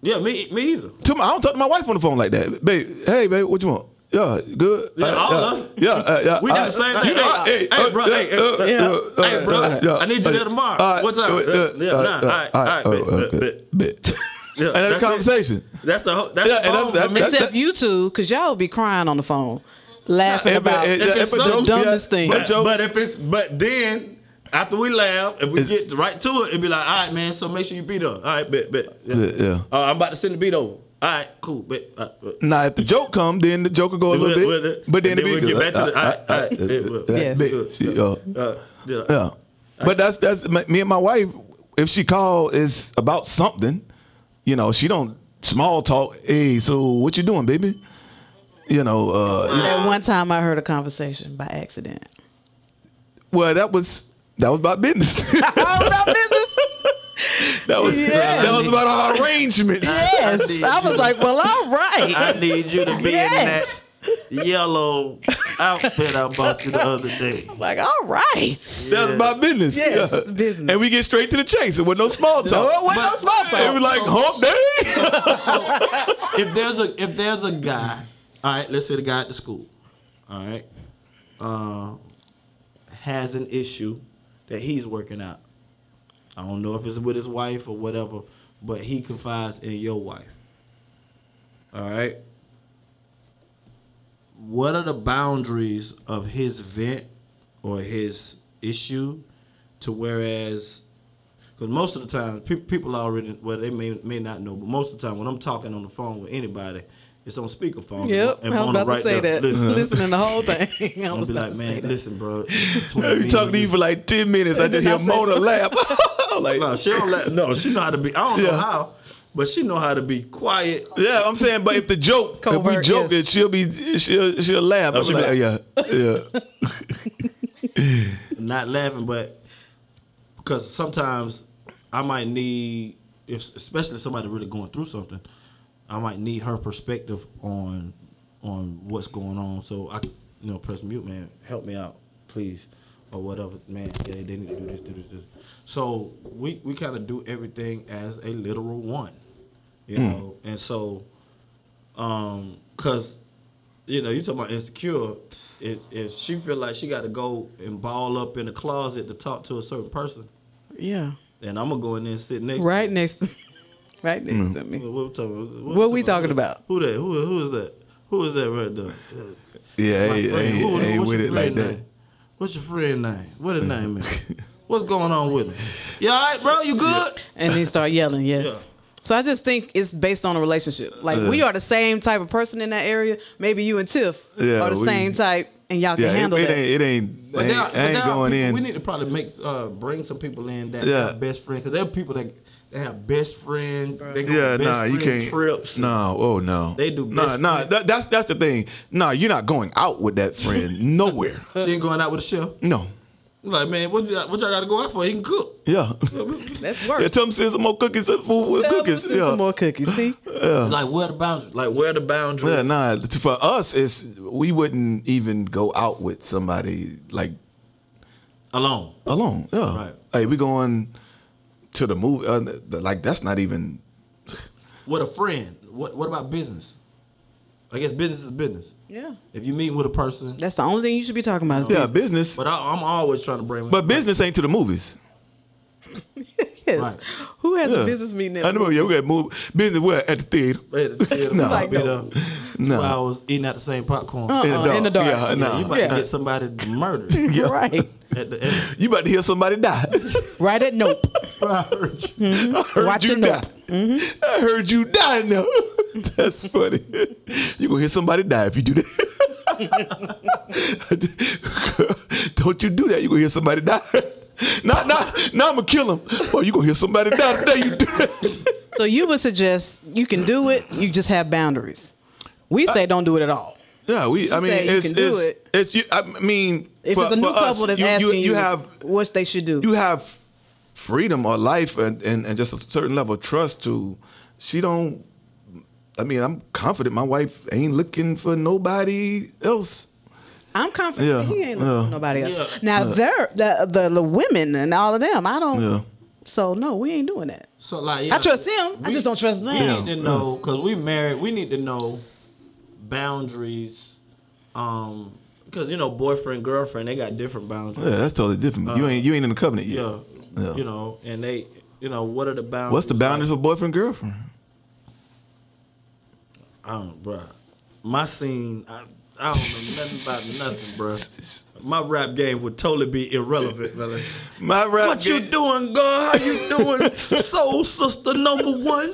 [SPEAKER 3] yeah, me me either.
[SPEAKER 1] To my, I don't talk to my wife on the phone like that, babe. Hey, babe, what you want? Yeah, good.
[SPEAKER 3] Yeah,
[SPEAKER 1] Uh,
[SPEAKER 3] all
[SPEAKER 1] yeah,
[SPEAKER 3] us.
[SPEAKER 1] Yeah, uh, yeah.
[SPEAKER 3] We do the
[SPEAKER 1] uh,
[SPEAKER 3] same
[SPEAKER 1] uh,
[SPEAKER 3] thing.
[SPEAKER 1] you know,
[SPEAKER 3] Hey, hey,
[SPEAKER 1] uh,
[SPEAKER 3] bro,
[SPEAKER 1] uh,
[SPEAKER 3] hey,
[SPEAKER 1] uh,
[SPEAKER 3] hey,
[SPEAKER 1] uh, uh,
[SPEAKER 3] hey, bro,
[SPEAKER 1] uh, yeah,
[SPEAKER 3] I need you
[SPEAKER 1] uh,
[SPEAKER 3] there tomorrow.
[SPEAKER 1] all right,
[SPEAKER 3] What time?
[SPEAKER 1] uh, uh,
[SPEAKER 3] Yeah, nah,
[SPEAKER 1] uh,
[SPEAKER 3] all right,
[SPEAKER 1] uh,
[SPEAKER 3] all right,
[SPEAKER 1] uh,
[SPEAKER 3] bet,
[SPEAKER 1] uh,
[SPEAKER 3] bet, bet.
[SPEAKER 1] bet.
[SPEAKER 3] Yeah,
[SPEAKER 1] And that's
[SPEAKER 3] that's
[SPEAKER 1] the
[SPEAKER 3] it.
[SPEAKER 1] conversation.
[SPEAKER 3] That's the whole. That's
[SPEAKER 1] Yeah,
[SPEAKER 3] the
[SPEAKER 1] and
[SPEAKER 3] whole.
[SPEAKER 1] that's-
[SPEAKER 3] I mean,
[SPEAKER 1] that's-
[SPEAKER 2] Except
[SPEAKER 1] that-
[SPEAKER 2] you two, because y'all be crying on the phone, laughing
[SPEAKER 1] Hey, but-
[SPEAKER 2] about
[SPEAKER 1] hey,
[SPEAKER 3] If it's
[SPEAKER 1] hey, but
[SPEAKER 3] so-
[SPEAKER 1] Joe,
[SPEAKER 2] dumbest
[SPEAKER 1] yeah,
[SPEAKER 2] thing.
[SPEAKER 1] but Joe,
[SPEAKER 3] But if it's but then after we laugh, if we
[SPEAKER 1] It's-
[SPEAKER 3] get right to it, it'd be like, all right, man. So make sure you beat up. All right, bet, bet. Yeah.
[SPEAKER 1] Yeah, yeah.
[SPEAKER 3] Uh, I'm about to send the beat over. All right, cool. Bet. Uh, All right, bet.
[SPEAKER 1] Now, if the joke come, then the joke will go a little
[SPEAKER 3] With
[SPEAKER 1] bit.
[SPEAKER 3] it.
[SPEAKER 1] But then,
[SPEAKER 3] And then
[SPEAKER 1] it'll be
[SPEAKER 3] we'll
[SPEAKER 1] good.
[SPEAKER 3] get back to the-
[SPEAKER 1] Uh, uh,
[SPEAKER 3] I- I-
[SPEAKER 1] uh,
[SPEAKER 3] it will.
[SPEAKER 1] uh, that
[SPEAKER 2] Yes.
[SPEAKER 1] bitch, she, uh,
[SPEAKER 3] Uh, yeah.
[SPEAKER 1] yeah. But that's that's my- me and my wife. If she call, it's about something. You know, she don't small talk. Hey, so what you doing, baby? You know, uh,
[SPEAKER 2] That one time I heard a conversation by accident.
[SPEAKER 1] well, that was that was about business.
[SPEAKER 2] Oh, no business.
[SPEAKER 1] that was
[SPEAKER 2] Yeah.
[SPEAKER 1] that was about our arrangements.
[SPEAKER 2] Yes. I was like, well, all right.
[SPEAKER 3] I need you to be
[SPEAKER 2] Yes.
[SPEAKER 3] in that yellow outfit I bought you the other day.
[SPEAKER 2] Like, all right.
[SPEAKER 1] That was about business.
[SPEAKER 2] Yes, business.
[SPEAKER 1] And we get straight to the chase. It was no small talk.
[SPEAKER 2] Oh, it wasn't no small
[SPEAKER 1] So we
[SPEAKER 2] talk.
[SPEAKER 1] like hump day.
[SPEAKER 3] If there's a if there's a guy, all right, let's say the guy at the school, all right, uh, has an issue that he's working out. I don't know if it's with his wife or whatever, but he confides in your wife. All right. What are the boundaries of his vent or his issue to whereas because most of the time pe- people already well they may may not know but most of the time when I'm talking on the phone with anybody it's on speakerphone
[SPEAKER 2] Yep. I was
[SPEAKER 3] Mona
[SPEAKER 2] about to say
[SPEAKER 3] there,
[SPEAKER 2] that.
[SPEAKER 3] listen,
[SPEAKER 2] Listening the whole thing. I
[SPEAKER 3] I'm
[SPEAKER 2] was
[SPEAKER 3] be
[SPEAKER 2] about
[SPEAKER 3] like
[SPEAKER 2] to say
[SPEAKER 3] man
[SPEAKER 2] that.
[SPEAKER 3] listen bro it's between me
[SPEAKER 1] We
[SPEAKER 3] and
[SPEAKER 1] talked to you for like ten minutes. I
[SPEAKER 2] And
[SPEAKER 1] just
[SPEAKER 2] then
[SPEAKER 1] hear
[SPEAKER 2] I said
[SPEAKER 1] Mona
[SPEAKER 2] something.
[SPEAKER 1] laugh. I'm like,
[SPEAKER 3] no she don't let no she know how to be I don't know
[SPEAKER 1] Yeah.
[SPEAKER 3] how but she know how to be quiet
[SPEAKER 1] yeah, I'm saying, but if the joke, if we
[SPEAKER 2] Covert,
[SPEAKER 1] joke,
[SPEAKER 2] yes.
[SPEAKER 1] it she'll be, she'll, she'll laugh. I'm
[SPEAKER 3] she'll
[SPEAKER 1] like,
[SPEAKER 3] be
[SPEAKER 1] yeah, yeah,
[SPEAKER 3] not laughing, but because sometimes I might need, if, especially somebody really going through something, I might need her perspective on on what's going on. So I, you know, press mute, man. Help me out, please, or whatever, man. Yeah, they need to do this, do this, this. So we we kind of do everything as a literal one, you know, and so, um, cause you know, you talking about insecure. If, if she feel like she got to go and ball up in the closet to talk to a certain person,
[SPEAKER 2] Yeah.
[SPEAKER 3] then I'm gonna go in there and sit next. To
[SPEAKER 2] Right next to Right
[SPEAKER 1] Mm.
[SPEAKER 2] next to me.
[SPEAKER 3] her. What, we talking,
[SPEAKER 2] What we talking about?
[SPEAKER 3] Who that? Who, who is that? Who is that right there?
[SPEAKER 1] yeah.
[SPEAKER 3] My
[SPEAKER 1] Ain't,
[SPEAKER 3] friend.
[SPEAKER 1] ain't,
[SPEAKER 3] Who-
[SPEAKER 1] ain't
[SPEAKER 3] what's
[SPEAKER 1] with
[SPEAKER 3] your
[SPEAKER 1] it like
[SPEAKER 3] friend
[SPEAKER 1] that.
[SPEAKER 3] name? What's your friend name? What his name is? What's going on with him? You all right, bro? You good?
[SPEAKER 2] And he start yelling, yes. So I just think it's based on a relationship. Like we are the same type of person in that area. Maybe you and Tiff
[SPEAKER 1] Yeah,
[SPEAKER 2] are the
[SPEAKER 1] we-
[SPEAKER 2] same type, and y'all can
[SPEAKER 1] Yeah, it,
[SPEAKER 2] handle
[SPEAKER 1] it
[SPEAKER 2] that.
[SPEAKER 1] ain't, it ain't,
[SPEAKER 3] But
[SPEAKER 1] ain't,
[SPEAKER 3] there are, but
[SPEAKER 1] ain't
[SPEAKER 3] there are
[SPEAKER 1] going
[SPEAKER 3] people,
[SPEAKER 1] in.
[SPEAKER 3] We need to probably make uh, bring some people in that
[SPEAKER 1] Yeah.
[SPEAKER 3] are best friends because there are people that that have best friends. They go
[SPEAKER 1] yeah,
[SPEAKER 3] yeah, best
[SPEAKER 1] nah, you
[SPEAKER 3] friend
[SPEAKER 1] can't.
[SPEAKER 3] trips.
[SPEAKER 1] No, oh no,
[SPEAKER 3] They do
[SPEAKER 1] Nah,
[SPEAKER 3] best
[SPEAKER 1] nah,
[SPEAKER 3] friend-
[SPEAKER 1] that, that's that's the thing. Nah, you're not going out with that friend nowhere.
[SPEAKER 3] She ain't going out with a chef.
[SPEAKER 1] No,
[SPEAKER 3] Like man, what y'all, what y'all got to go out for? He can cook.
[SPEAKER 1] yeah,
[SPEAKER 2] That's
[SPEAKER 1] yeah.
[SPEAKER 2] worse.
[SPEAKER 1] Tell them send some more cookies, some food with
[SPEAKER 2] Tell
[SPEAKER 1] cookies.
[SPEAKER 2] us there's
[SPEAKER 1] Yeah,
[SPEAKER 2] some more cookies. See,
[SPEAKER 3] Like where are the boundaries? Like where are the boundaries?
[SPEAKER 1] Yeah, nah. t- For us, it's we wouldn't even go out with somebody like
[SPEAKER 3] Alone.
[SPEAKER 1] alone. Yeah,
[SPEAKER 3] Right.
[SPEAKER 1] Hey, we going to the movie. Uh, th- like that's not even.
[SPEAKER 3] With a friend. What what about business? I guess business is business.
[SPEAKER 2] yeah,
[SPEAKER 3] If you meet with a person,
[SPEAKER 2] that's the only thing you should be talking about. Is
[SPEAKER 1] Yeah,
[SPEAKER 2] business.
[SPEAKER 1] business.
[SPEAKER 3] but I, I'm always trying to bring.
[SPEAKER 1] But business ain't to the movies.
[SPEAKER 2] is.
[SPEAKER 3] Right.
[SPEAKER 2] Who has
[SPEAKER 1] Yeah.
[SPEAKER 2] a business meeting?
[SPEAKER 1] I know. Yeah, we got move business. Where at the theater?
[SPEAKER 3] At the theater,
[SPEAKER 1] No.
[SPEAKER 3] I'll be there.
[SPEAKER 2] No.
[SPEAKER 1] No.
[SPEAKER 3] uh, Two hours eating out the same popcorn.
[SPEAKER 2] Uh,
[SPEAKER 1] In the dark.
[SPEAKER 2] in the dark.
[SPEAKER 1] Yeah,
[SPEAKER 2] Yeah,
[SPEAKER 1] no.
[SPEAKER 3] you about
[SPEAKER 2] Yeah.
[SPEAKER 3] to get somebody murdered
[SPEAKER 1] yeah.
[SPEAKER 2] Right,
[SPEAKER 3] at the end.
[SPEAKER 1] You about to hear somebody die.
[SPEAKER 2] right at nope.
[SPEAKER 3] I heard you.
[SPEAKER 1] I heard
[SPEAKER 2] Watch
[SPEAKER 1] you
[SPEAKER 2] your
[SPEAKER 1] die. I heard you die now. That's funny. You gonna hear somebody die if you do that. Don't you do that. You gonna hear somebody die. Now, now, now I'm gonna kill him. Boy, you gonna hear somebody die today. You do that.
[SPEAKER 2] So you would suggest you can do it. You just have boundaries. We say don't do it at all.
[SPEAKER 1] Yeah, we. I mean,
[SPEAKER 2] said you
[SPEAKER 1] it's
[SPEAKER 2] can do
[SPEAKER 1] it's,
[SPEAKER 2] it.
[SPEAKER 1] it's you. I mean,
[SPEAKER 2] If
[SPEAKER 1] for,
[SPEAKER 2] it's a new
[SPEAKER 1] for us,
[SPEAKER 2] couple that's
[SPEAKER 1] you,
[SPEAKER 2] asking
[SPEAKER 1] you, you have
[SPEAKER 2] what they should do,
[SPEAKER 1] you have freedom or life and, and, and just a certain level of trust to she don't I mean I'm confident my wife ain't looking for nobody else.
[SPEAKER 2] I'm confident
[SPEAKER 1] Yeah,
[SPEAKER 2] that he ain't looking
[SPEAKER 1] yeah.
[SPEAKER 2] for nobody else.
[SPEAKER 3] Yeah.
[SPEAKER 2] Now they're the, the the women and all of them. I don't.
[SPEAKER 1] Yeah.
[SPEAKER 2] So no, we ain't doing that.
[SPEAKER 3] So like, yeah,
[SPEAKER 2] I trust him. I just don't trust them.
[SPEAKER 3] We need to know because we married. We need to know boundaries. Um, because you know, boyfriend girlfriend, they got different boundaries.
[SPEAKER 1] Yeah, that's totally different. you ain't you ain't in the covenant yet.
[SPEAKER 3] Yeah.
[SPEAKER 1] Uh, Yeah.
[SPEAKER 3] You know, and they, you know, what are the boundaries?
[SPEAKER 1] What's the boundaries
[SPEAKER 3] Like,
[SPEAKER 1] for boyfriend girlfriend?
[SPEAKER 3] I don't, bro. My scene, I, I don't know nothing about nothing, bro. My rap game would totally be irrelevant. brother.
[SPEAKER 1] My rap
[SPEAKER 3] What you
[SPEAKER 1] game-
[SPEAKER 3] doing, girl? How you doing, soul sister number one?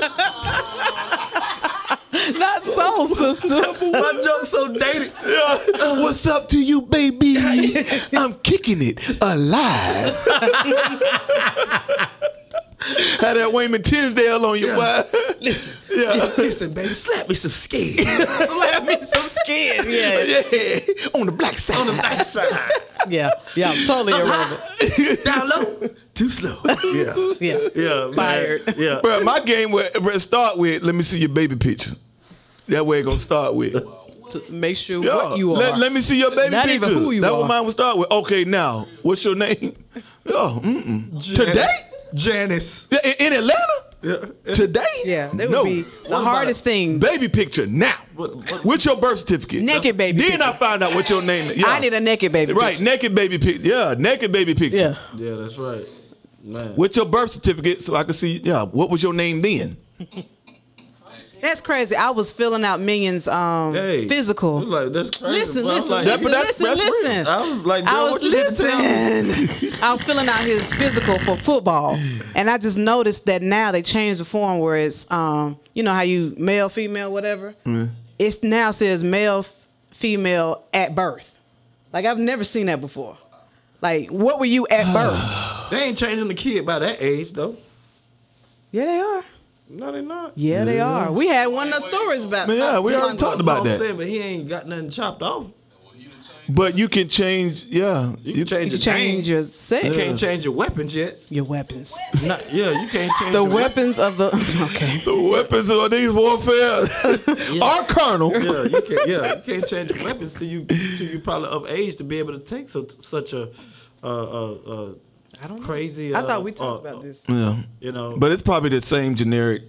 [SPEAKER 2] Not soul sister.
[SPEAKER 3] My joke so dated.
[SPEAKER 1] What's up to you, baby? I'm kicking it alive. Had that Wayman Tisdale on your wife.
[SPEAKER 3] Listen,
[SPEAKER 1] Yeah.
[SPEAKER 3] listen, baby, slap me some skin.
[SPEAKER 2] Slap me some skin. Yeah,
[SPEAKER 1] yeah. On the black side.
[SPEAKER 3] on the black side.
[SPEAKER 2] yeah, yeah. I'm totally irrelevant.
[SPEAKER 3] Down low, too slow. Yeah,
[SPEAKER 2] Yeah.
[SPEAKER 3] yeah, man.
[SPEAKER 2] Fired.
[SPEAKER 3] Yeah,
[SPEAKER 1] Bro, my game would would start with let me see your baby picture. That way it gonna start with.
[SPEAKER 2] To make sure
[SPEAKER 1] Yeah.
[SPEAKER 2] what you are.
[SPEAKER 1] Let, let me see your baby
[SPEAKER 2] Not even
[SPEAKER 1] picture.
[SPEAKER 2] who you
[SPEAKER 1] that
[SPEAKER 2] are.
[SPEAKER 1] what mine would start with. Okay, now what's your name? Oh, mm-mm.
[SPEAKER 3] Janice.
[SPEAKER 1] Today?
[SPEAKER 3] Janice.
[SPEAKER 1] Yeah, In, in Atlanta? Today?
[SPEAKER 2] yeah, that would
[SPEAKER 1] no.
[SPEAKER 2] be the
[SPEAKER 3] about
[SPEAKER 2] hardest thing.
[SPEAKER 1] Baby picture now.
[SPEAKER 3] What- what-
[SPEAKER 1] With your birth certificate.
[SPEAKER 2] Naked baby
[SPEAKER 1] Then
[SPEAKER 2] picture.
[SPEAKER 1] I find out what your name is. Yeah.
[SPEAKER 2] I need a naked baby.
[SPEAKER 1] Right,
[SPEAKER 2] picture.
[SPEAKER 1] naked baby picture. Yeah, naked baby picture.
[SPEAKER 2] Yeah.
[SPEAKER 3] Yeah, that's right, man.
[SPEAKER 1] With your birth certificate so I can see, yeah, what was your name then?
[SPEAKER 2] That's crazy. I was filling out Minions um
[SPEAKER 3] Hey,
[SPEAKER 2] physical.
[SPEAKER 3] you Like that's crazy.
[SPEAKER 2] Listen,
[SPEAKER 3] bro. I was
[SPEAKER 2] listen,
[SPEAKER 3] like,
[SPEAKER 1] That-
[SPEAKER 2] listen,
[SPEAKER 1] but that's-
[SPEAKER 2] listen,
[SPEAKER 1] that's real.
[SPEAKER 2] listen.
[SPEAKER 3] I was like,
[SPEAKER 2] I
[SPEAKER 3] girl,
[SPEAKER 2] was
[SPEAKER 3] what you need to tell me?
[SPEAKER 2] listening. I was filling out his physical for football, and I just noticed that now they changed the form where it's, um, you know how you male, female, whatever. It's now says male, f- female at birth. Like I've never seen that before. Like, what were you at birth?
[SPEAKER 3] They ain't changing the kid by that age though.
[SPEAKER 2] Yeah, they are.
[SPEAKER 3] No, they not.
[SPEAKER 2] Yeah, they are. We had one of the stories about.
[SPEAKER 1] Man, yeah,
[SPEAKER 2] not
[SPEAKER 1] we
[SPEAKER 2] too
[SPEAKER 1] already
[SPEAKER 2] long ago.
[SPEAKER 1] talked about
[SPEAKER 3] I'm
[SPEAKER 1] that.
[SPEAKER 3] saying, but he ain't got nothing chopped off.
[SPEAKER 1] But you can change, yeah.
[SPEAKER 3] You can change
[SPEAKER 2] You
[SPEAKER 3] your
[SPEAKER 2] change
[SPEAKER 3] name.
[SPEAKER 2] your sex,
[SPEAKER 3] You can't change your weapons yet.
[SPEAKER 2] your weapons,
[SPEAKER 3] Not, yeah, you can't change
[SPEAKER 2] the
[SPEAKER 3] your
[SPEAKER 2] weapons of the. Okay.
[SPEAKER 1] The weapons of these warfare are carnal.
[SPEAKER 3] Yeah, you can't. Yeah, you can't change your weapons till you till you probably of age to be able to take so, such a uh, uh, uh,
[SPEAKER 2] I don't know.
[SPEAKER 3] crazy.
[SPEAKER 2] I
[SPEAKER 3] uh,
[SPEAKER 2] thought we
[SPEAKER 3] uh,
[SPEAKER 2] talked
[SPEAKER 3] uh,
[SPEAKER 2] about this.
[SPEAKER 1] Yeah.
[SPEAKER 3] You know,
[SPEAKER 1] But it's probably the same generic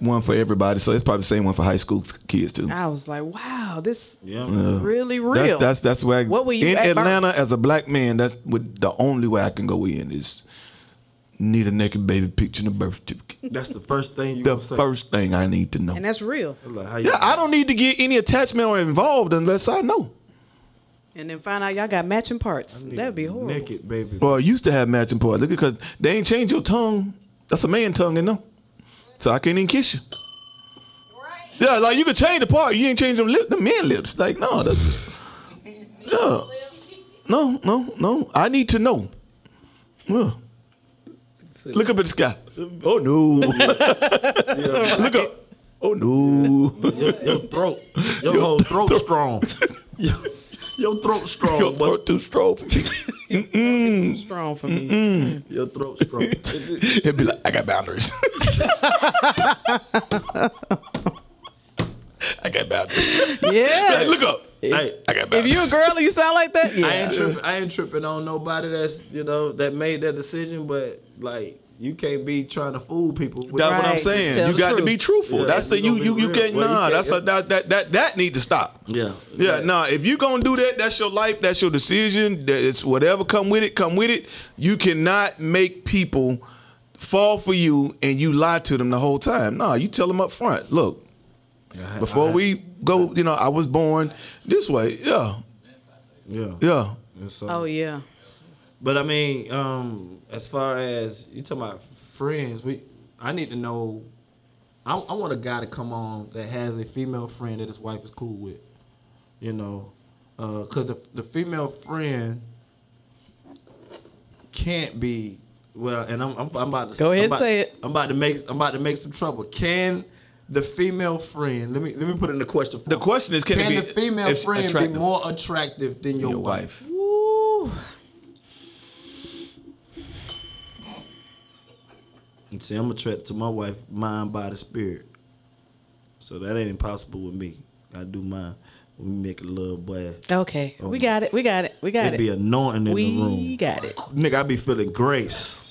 [SPEAKER 1] one for everybody. So it's probably the same one for high school kids too.
[SPEAKER 2] I was like, wow, this
[SPEAKER 3] Yeah.
[SPEAKER 2] is really real.
[SPEAKER 1] That's that's that's where I,
[SPEAKER 2] What were you
[SPEAKER 1] in
[SPEAKER 2] at birth?
[SPEAKER 1] Atlanta as a black man. That's what the only way I can go in is need a naked baby picture and a birth certificate.
[SPEAKER 3] that's the first thing you
[SPEAKER 1] The
[SPEAKER 3] gonna say.
[SPEAKER 1] first thing I need to know.
[SPEAKER 2] and that's real.
[SPEAKER 3] Like, how you,
[SPEAKER 1] Yeah, I don't need to get any attachment or involved unless I know.
[SPEAKER 2] And then find out y'all got matching parts. That'd be horrible.
[SPEAKER 3] Naked baby.
[SPEAKER 1] Well, I used to have matching parts Look, because they ain't change your tongue. That's a man tongue, and no, so I can't even kiss you. Yeah, like you could change the part, you ain't change them lip, the man lips. Like no, that's yeah, no, no, no. I need to know. Yeah. Look up at the sky. Oh no. Look up. Oh no.
[SPEAKER 3] Your throat, your, whole throat, strong. your, your throat strong,
[SPEAKER 1] Your
[SPEAKER 3] boy.
[SPEAKER 1] throat too strong for me.
[SPEAKER 2] Strong for me.
[SPEAKER 3] Your throat strong.
[SPEAKER 1] He'd be like, I got boundaries. I got boundaries.
[SPEAKER 2] Yeah.
[SPEAKER 1] Hey, look up.
[SPEAKER 3] hey,
[SPEAKER 1] I got
[SPEAKER 2] if
[SPEAKER 1] boundaries.
[SPEAKER 2] you a girl and you sound like that,
[SPEAKER 3] I
[SPEAKER 2] yeah.
[SPEAKER 3] ain't tripping. I ain't tripping on nobody that's you know that made that decision, but like you can't be trying to fool people. with-
[SPEAKER 1] That's what I'm
[SPEAKER 2] Right, just tell
[SPEAKER 1] saying. You
[SPEAKER 2] the
[SPEAKER 1] got to
[SPEAKER 2] truth.
[SPEAKER 1] be truthful.
[SPEAKER 3] Yeah,
[SPEAKER 1] that's the
[SPEAKER 3] you
[SPEAKER 1] you
[SPEAKER 3] gonna
[SPEAKER 1] you
[SPEAKER 3] be
[SPEAKER 1] you
[SPEAKER 3] real.
[SPEAKER 1] can't
[SPEAKER 3] Well, you
[SPEAKER 1] nah.
[SPEAKER 3] can't-
[SPEAKER 1] that's a, that that that that need to stop.
[SPEAKER 3] Yeah,
[SPEAKER 1] Yeah,
[SPEAKER 3] Like,
[SPEAKER 1] nah. If you gonna do that, that's your life. That's your decision. That It's whatever come with it. Come with it. You cannot make people fall for you and you lie to them the whole time. Nah, you tell them up front. Look, before we go, you know, I was born this way. Yeah,
[SPEAKER 3] Yeah.
[SPEAKER 1] yeah.
[SPEAKER 3] And so-
[SPEAKER 2] Oh yeah.
[SPEAKER 3] But I mean, um, as far as you talking about friends, we I need to know. I, I want a guy to come on that has a female friend that his wife is cool with, you know, because the the female friend can't be well. And I'm I'm, I'm about to
[SPEAKER 2] Go ahead,
[SPEAKER 3] I'm about,
[SPEAKER 2] say it.
[SPEAKER 3] I'm about to make I'm about to make some trouble. Can the female friend? Let me let me put it in the question.
[SPEAKER 1] The
[SPEAKER 3] form.
[SPEAKER 1] question is, can,
[SPEAKER 3] Can,
[SPEAKER 1] it be
[SPEAKER 3] the female
[SPEAKER 1] it's
[SPEAKER 3] friend
[SPEAKER 1] attractive
[SPEAKER 3] be more attractive than
[SPEAKER 1] to
[SPEAKER 3] your,
[SPEAKER 1] your
[SPEAKER 3] wife?
[SPEAKER 1] wife?
[SPEAKER 2] Ooh.
[SPEAKER 3] And See, I'm attracted to my wife, mind, body, spirit. So that ain't impossible with me. I do mine. We make a little boy.
[SPEAKER 2] Okay.
[SPEAKER 3] Oh.
[SPEAKER 2] We got it. We got it. We got
[SPEAKER 3] It be
[SPEAKER 2] it.
[SPEAKER 3] anointing in the
[SPEAKER 2] We
[SPEAKER 3] room.
[SPEAKER 2] got it.
[SPEAKER 3] Nigga, I be feeling grace.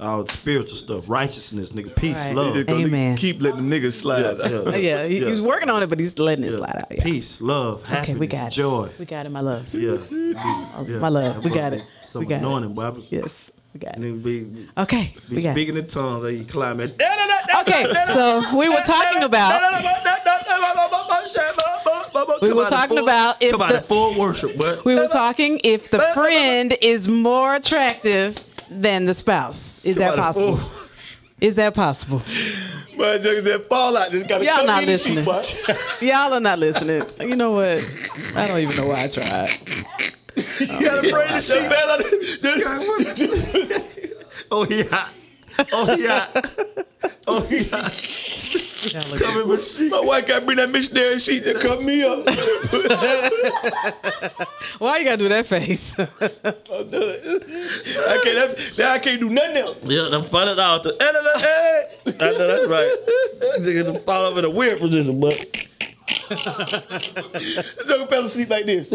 [SPEAKER 3] All the spiritual stuff, righteousness, nigga, peace,
[SPEAKER 2] Right.
[SPEAKER 1] You
[SPEAKER 3] love.
[SPEAKER 1] just gonna
[SPEAKER 2] Amen.
[SPEAKER 1] Keep letting them niggas slide.
[SPEAKER 3] Yeah,
[SPEAKER 2] Uh, Yeah, he, he was working on it, but he's letting it slide out. Yeah.
[SPEAKER 3] Peace, love, happiness,
[SPEAKER 2] Okay, we got it.
[SPEAKER 3] joy.
[SPEAKER 2] We got it, my love.
[SPEAKER 3] Yeah. yeah.
[SPEAKER 2] My love, we got it.
[SPEAKER 3] Some
[SPEAKER 2] We got it.
[SPEAKER 3] anointing, boy. I be-
[SPEAKER 2] Yes, we got it.
[SPEAKER 3] Nigga be,
[SPEAKER 2] Okay,
[SPEAKER 3] be
[SPEAKER 2] we got it.
[SPEAKER 3] speaking in tongues like you climbing.
[SPEAKER 2] Okay, so we were talking about
[SPEAKER 3] We
[SPEAKER 2] We were talking about if
[SPEAKER 3] come on,
[SPEAKER 2] the-
[SPEAKER 3] the full worship, but
[SPEAKER 2] we were talking if the friend is more attractive than the spouse. Is that possible? Is that possible?
[SPEAKER 1] But niggas that fall out just gotta
[SPEAKER 2] Y'all
[SPEAKER 1] come
[SPEAKER 2] not
[SPEAKER 1] in and shoot,
[SPEAKER 2] listening.
[SPEAKER 1] boy.
[SPEAKER 2] Y'all are not listening. You know what? I don't even know why I tried.
[SPEAKER 1] You gotta bring the sheep out of the-
[SPEAKER 3] Oh yeah, oh yeah, oh yeah. Coming with sheep.
[SPEAKER 1] My wife gotta bring that missionary sheet to cut me up.
[SPEAKER 2] Why you gotta do that face?
[SPEAKER 1] I can't. have- Now I can't do nothing else.
[SPEAKER 3] Yeah, them fun it out. The, eh, eh, eh, eh. I know that's right. Nigga, them fall over in a weird position, but
[SPEAKER 1] This nigga fell asleep like this.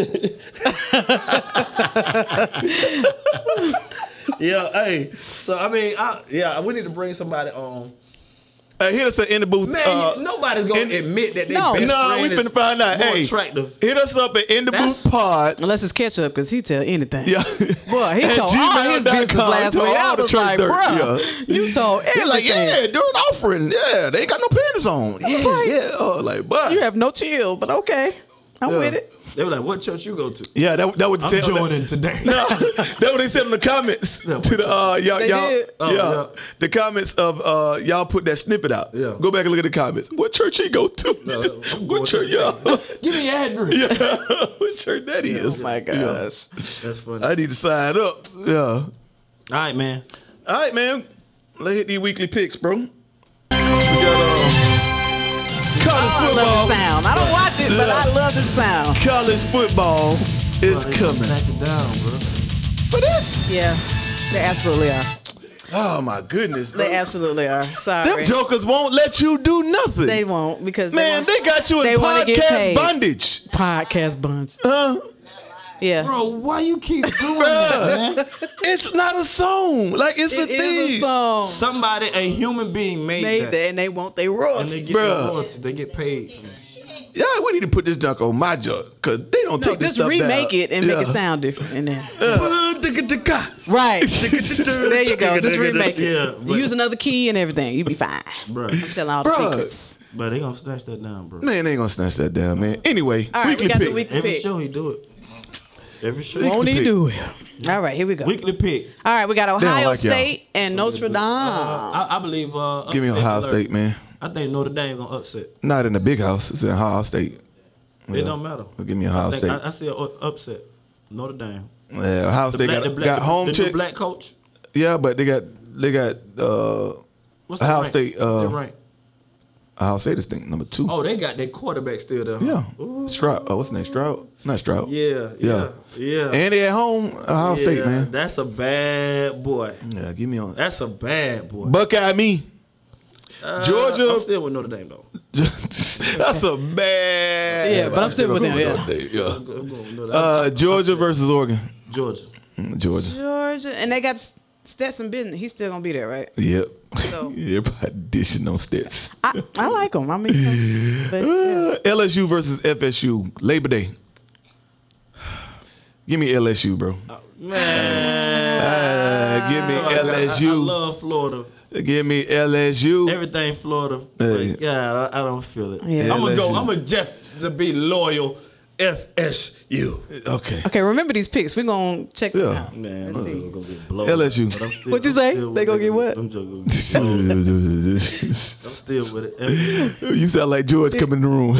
[SPEAKER 3] yeah, hey. So I mean, I, yeah, we need to bring somebody on.
[SPEAKER 1] Uh, hit us up in the booth.
[SPEAKER 3] Man,
[SPEAKER 1] uh,
[SPEAKER 3] nobody's gonna
[SPEAKER 1] and-
[SPEAKER 3] admit that they
[SPEAKER 2] No.
[SPEAKER 3] best
[SPEAKER 1] nah, we
[SPEAKER 3] friend
[SPEAKER 1] finna
[SPEAKER 3] is
[SPEAKER 1] find out.
[SPEAKER 3] more
[SPEAKER 1] Hey,
[SPEAKER 3] attractive.
[SPEAKER 1] hit us up at in the
[SPEAKER 3] That's-
[SPEAKER 1] booth pod.
[SPEAKER 2] Unless it's ketchup, because he tell anything.
[SPEAKER 1] Yeah.
[SPEAKER 2] Boy, he
[SPEAKER 1] At
[SPEAKER 2] told all his
[SPEAKER 1] gmail.com,
[SPEAKER 2] business last
[SPEAKER 1] told
[SPEAKER 2] week.
[SPEAKER 1] all
[SPEAKER 2] I
[SPEAKER 1] the
[SPEAKER 2] was
[SPEAKER 1] church
[SPEAKER 2] like,
[SPEAKER 1] dirt,
[SPEAKER 2] bro,
[SPEAKER 1] yeah.
[SPEAKER 2] you told
[SPEAKER 1] They're
[SPEAKER 2] everything.
[SPEAKER 1] like, yeah, during offering, yeah, they ain't got no panties on. Yeah,
[SPEAKER 2] like-
[SPEAKER 1] yeah, oh, like, but
[SPEAKER 2] You have no chill, but okay. I'm
[SPEAKER 1] Yeah.
[SPEAKER 2] with it.
[SPEAKER 3] They were like, "What church you go to?"
[SPEAKER 1] yeah, that that would
[SPEAKER 3] I'm
[SPEAKER 1] say
[SPEAKER 3] joining today.
[SPEAKER 1] No, that what they said in the comments
[SPEAKER 3] Yeah,
[SPEAKER 1] to the uh, y'all,
[SPEAKER 2] They
[SPEAKER 1] y'all
[SPEAKER 2] did.
[SPEAKER 3] Oh,
[SPEAKER 1] yeah,
[SPEAKER 3] yeah.
[SPEAKER 1] the comments of uh, y'all put that snippet out.
[SPEAKER 3] Yeah.
[SPEAKER 1] go back and look at the comments. What church he go to?
[SPEAKER 3] No, I'm going
[SPEAKER 1] what church
[SPEAKER 3] to-
[SPEAKER 1] y'all?
[SPEAKER 3] Give me your address.
[SPEAKER 1] what church that is?
[SPEAKER 2] Oh my gosh.
[SPEAKER 3] That's funny.
[SPEAKER 1] I need to sign up. Yeah.
[SPEAKER 3] All right, man.
[SPEAKER 1] All right, man. Let's hit these weekly picks, bro. We got uh,
[SPEAKER 2] I
[SPEAKER 1] college
[SPEAKER 2] love the
[SPEAKER 1] football.
[SPEAKER 2] sound. I don't watch it, but I love the sound.
[SPEAKER 1] College football is coming.
[SPEAKER 3] Snatch it down, bro.
[SPEAKER 1] For this?
[SPEAKER 2] Yeah, they absolutely are.
[SPEAKER 1] Oh my goodness, bro.
[SPEAKER 2] They absolutely are.
[SPEAKER 1] Them
[SPEAKER 2] Sorry.
[SPEAKER 1] jokers won't let you do nothing.
[SPEAKER 2] They won't because
[SPEAKER 1] Man,
[SPEAKER 2] they
[SPEAKER 1] they got you in
[SPEAKER 2] They wanna get
[SPEAKER 1] podcast
[SPEAKER 2] paid.
[SPEAKER 1] bondage.
[SPEAKER 2] want podcast bunch.
[SPEAKER 1] Huh?
[SPEAKER 2] Yeah.
[SPEAKER 3] Bro, why you keep doing that, man?
[SPEAKER 1] It's not a song. Like it's a
[SPEAKER 2] It
[SPEAKER 1] thing.
[SPEAKER 2] is a song.
[SPEAKER 3] Somebody, a human being, made,
[SPEAKER 2] Made
[SPEAKER 3] that.
[SPEAKER 2] that and they want their
[SPEAKER 3] And they
[SPEAKER 2] royalties.
[SPEAKER 3] get their
[SPEAKER 1] Bruh.
[SPEAKER 3] royalties. They get paid. for it.
[SPEAKER 1] Yeah, we need to put this junk on my junk. Cause they don't
[SPEAKER 2] No,
[SPEAKER 1] take this
[SPEAKER 2] just
[SPEAKER 1] stuff
[SPEAKER 2] remake
[SPEAKER 1] down.
[SPEAKER 2] it and make it
[SPEAKER 1] Yeah.
[SPEAKER 2] sound different. And then
[SPEAKER 3] Bruh,
[SPEAKER 2] right. There you go. Just remake it.
[SPEAKER 3] Yeah, but-
[SPEAKER 2] Use another key and everything. You be fine. I'm telling all the
[SPEAKER 1] Bruh.
[SPEAKER 2] secrets.
[SPEAKER 3] But they gonna snatch that down, bro.
[SPEAKER 1] Man, they ain't gonna snatch that down, man. Anyway,
[SPEAKER 2] All right,
[SPEAKER 1] weekly
[SPEAKER 2] we got
[SPEAKER 1] pick.
[SPEAKER 2] the weekly
[SPEAKER 3] Every
[SPEAKER 2] pick.
[SPEAKER 3] show he do it. Every show.
[SPEAKER 2] Won't
[SPEAKER 1] Weekly
[SPEAKER 2] he
[SPEAKER 1] pick.
[SPEAKER 2] do it? All right, here we go.
[SPEAKER 3] Weekly picks.
[SPEAKER 2] All right, we got
[SPEAKER 1] don't
[SPEAKER 2] Ohio
[SPEAKER 1] like y'all.
[SPEAKER 2] State and Notre Dame.
[SPEAKER 3] I, I believe. Uh,
[SPEAKER 1] Give me
[SPEAKER 3] upset
[SPEAKER 1] Ohio
[SPEAKER 3] alert.
[SPEAKER 1] State, man.
[SPEAKER 3] I think Notre Dame gonna upset.
[SPEAKER 1] Not in the big house. It's in Ohio State.
[SPEAKER 3] It don't matter.
[SPEAKER 1] Well, give me Ohio
[SPEAKER 3] I, think,
[SPEAKER 1] State.
[SPEAKER 3] I, I see an upset. Notre Dame.
[SPEAKER 1] Yeah, Ohio State got, got
[SPEAKER 3] the,
[SPEAKER 1] home
[SPEAKER 3] the
[SPEAKER 1] chick.
[SPEAKER 3] new black coach.
[SPEAKER 1] Yeah, but they got they got uh
[SPEAKER 3] What's
[SPEAKER 1] Ohio
[SPEAKER 3] their rank?
[SPEAKER 1] State,
[SPEAKER 3] What's their
[SPEAKER 1] uh,
[SPEAKER 3] rank?
[SPEAKER 1] Ohio State is thing number two.
[SPEAKER 3] Oh, they got their quarterback still there. huh?
[SPEAKER 1] Yeah,
[SPEAKER 3] Ooh.
[SPEAKER 1] Stroud. Oh, what's his name? Stroud? Not Stroud.
[SPEAKER 3] Yeah, yeah, yeah.
[SPEAKER 1] And they at home, Ohio State,
[SPEAKER 3] Yeah,
[SPEAKER 1] man.
[SPEAKER 3] That's a bad boy.
[SPEAKER 1] Yeah, give me on.
[SPEAKER 3] That's a bad boy.
[SPEAKER 1] Buckeye me.
[SPEAKER 3] Uh,
[SPEAKER 1] Georgia-
[SPEAKER 3] I'm still with Notre Dame though.
[SPEAKER 1] That's a bad.
[SPEAKER 2] Yeah, but I'm still with them,
[SPEAKER 1] going with
[SPEAKER 3] I'm
[SPEAKER 1] them,
[SPEAKER 3] go- I'm going with Notre
[SPEAKER 1] yeah.
[SPEAKER 3] Dame.
[SPEAKER 1] Uh, Georgia versus Oregon.
[SPEAKER 3] Georgia.
[SPEAKER 1] Mm, Georgia.
[SPEAKER 2] Georgia, and they got Stetson Bennett. He's still gonna be there, right?
[SPEAKER 1] Yep.
[SPEAKER 2] So-
[SPEAKER 1] Everybody dishing on stats.
[SPEAKER 2] I, I like him. I mean, you know, but yeah.
[SPEAKER 1] Uh, LSU versus FSU. Labor Day. Give me LSU, bro.
[SPEAKER 3] Man,
[SPEAKER 1] Uh, give me
[SPEAKER 3] Uh, I- I- I, I
[SPEAKER 1] LSU.
[SPEAKER 3] love Florida.
[SPEAKER 1] Give me LSU.
[SPEAKER 3] Everything Florida.
[SPEAKER 1] Yeah.
[SPEAKER 3] But God, I, I don't feel it.
[SPEAKER 2] Yeah.
[SPEAKER 3] I'm gonna go.
[SPEAKER 1] LSU.
[SPEAKER 3] I'm gonna just to be loyal. FSU.
[SPEAKER 1] Okay.
[SPEAKER 2] Okay, remember these picks. We're gonna check them
[SPEAKER 1] Yeah.
[SPEAKER 2] out.
[SPEAKER 3] Man,
[SPEAKER 2] Let's
[SPEAKER 3] I'm
[SPEAKER 2] see.
[SPEAKER 3] gonna get blown.
[SPEAKER 1] LSU.
[SPEAKER 3] But I'm still-
[SPEAKER 2] What'd you
[SPEAKER 3] I'm
[SPEAKER 2] say?
[SPEAKER 3] still
[SPEAKER 2] They
[SPEAKER 3] with
[SPEAKER 2] gonna
[SPEAKER 3] it.
[SPEAKER 2] get what?
[SPEAKER 3] I'm just gonna
[SPEAKER 1] you
[SPEAKER 3] still with it. Every-
[SPEAKER 1] sound like George coming in the room.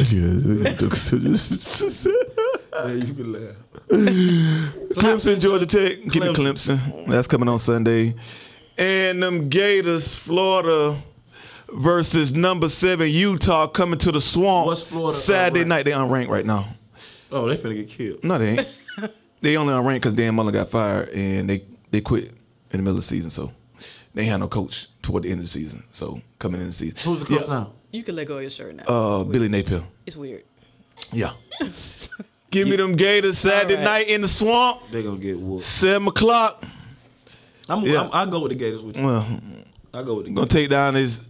[SPEAKER 3] Man, you can laugh.
[SPEAKER 1] Clemson, Georgia Tech. Give me
[SPEAKER 3] Clemson.
[SPEAKER 1] Clemson. That's coming on Sunday. And them Gators, Florida versus number seven Utah coming to the swamp.
[SPEAKER 3] What's Florida
[SPEAKER 1] Saturday
[SPEAKER 3] unranked?
[SPEAKER 1] night. They unranked right now.
[SPEAKER 3] Oh, they finna get killed.
[SPEAKER 1] No, they ain't. they only unranked because Dan Mullen got fired and they they quit in the middle of the season. So they had no coach toward the end of the season. So coming in the season,
[SPEAKER 3] Who's the coach
[SPEAKER 1] Yeah.
[SPEAKER 3] now?
[SPEAKER 2] You can let go of your shirt now.
[SPEAKER 1] Uh, Billy Napier.
[SPEAKER 2] it's weird.
[SPEAKER 1] Yeah. Give me them Gators Saturday
[SPEAKER 2] All right.
[SPEAKER 1] night in the swamp,
[SPEAKER 3] They gonna get whooped.
[SPEAKER 1] seven o'clock.
[SPEAKER 3] I'm,
[SPEAKER 1] Yeah.
[SPEAKER 3] I'm, I go with the Gators with you.
[SPEAKER 1] Well,
[SPEAKER 3] I go with the
[SPEAKER 1] gonna
[SPEAKER 3] Gators.
[SPEAKER 1] take down this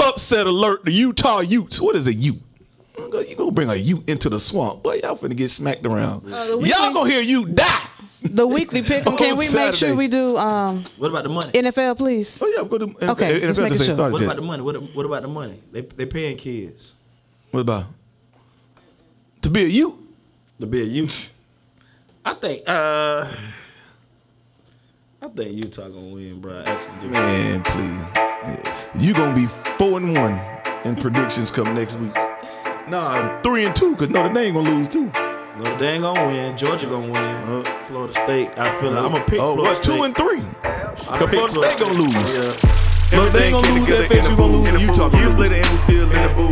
[SPEAKER 1] upset alert. The Utah Utes. What is a Ute? You gonna bring a Ute into the swamp? Boy, y'all finna get smacked around.
[SPEAKER 2] Uh, the weekly-
[SPEAKER 1] y'all gonna hear you die.
[SPEAKER 2] The weekly pick.
[SPEAKER 1] On
[SPEAKER 2] Can we make
[SPEAKER 1] Saturday.
[SPEAKER 2] sure we do um,
[SPEAKER 3] What about the money?
[SPEAKER 2] NFL, please?
[SPEAKER 1] Oh yeah, I'm gonna.
[SPEAKER 2] Okay,
[SPEAKER 1] NFL
[SPEAKER 2] just making
[SPEAKER 1] just ain't
[SPEAKER 2] sure.
[SPEAKER 1] started
[SPEAKER 3] What
[SPEAKER 1] yet.
[SPEAKER 3] about the money? What, what about the money? They they paying kids
[SPEAKER 1] What about? To be a Ute.
[SPEAKER 3] to be a youth. I think uh, I think Utah gonna win, bro. Actually, give me-
[SPEAKER 1] Man, please. You gonna be four and one in predictions come next week. Nah, three and two, cause Notre Dame gonna lose too.
[SPEAKER 3] Notre Dame gonna win. Georgia gonna win. Florida State. I feel like I'm gonna pick
[SPEAKER 1] Oh,
[SPEAKER 3] Florida
[SPEAKER 1] what's
[SPEAKER 3] State.
[SPEAKER 1] two and three?
[SPEAKER 3] I'm
[SPEAKER 1] the Florida State gonna
[SPEAKER 3] Yeah.
[SPEAKER 1] Notre Dame gonna lose that bitch, we gonna lose and Utah gonna
[SPEAKER 4] Years
[SPEAKER 1] lose.
[SPEAKER 4] later, and we still in the booth.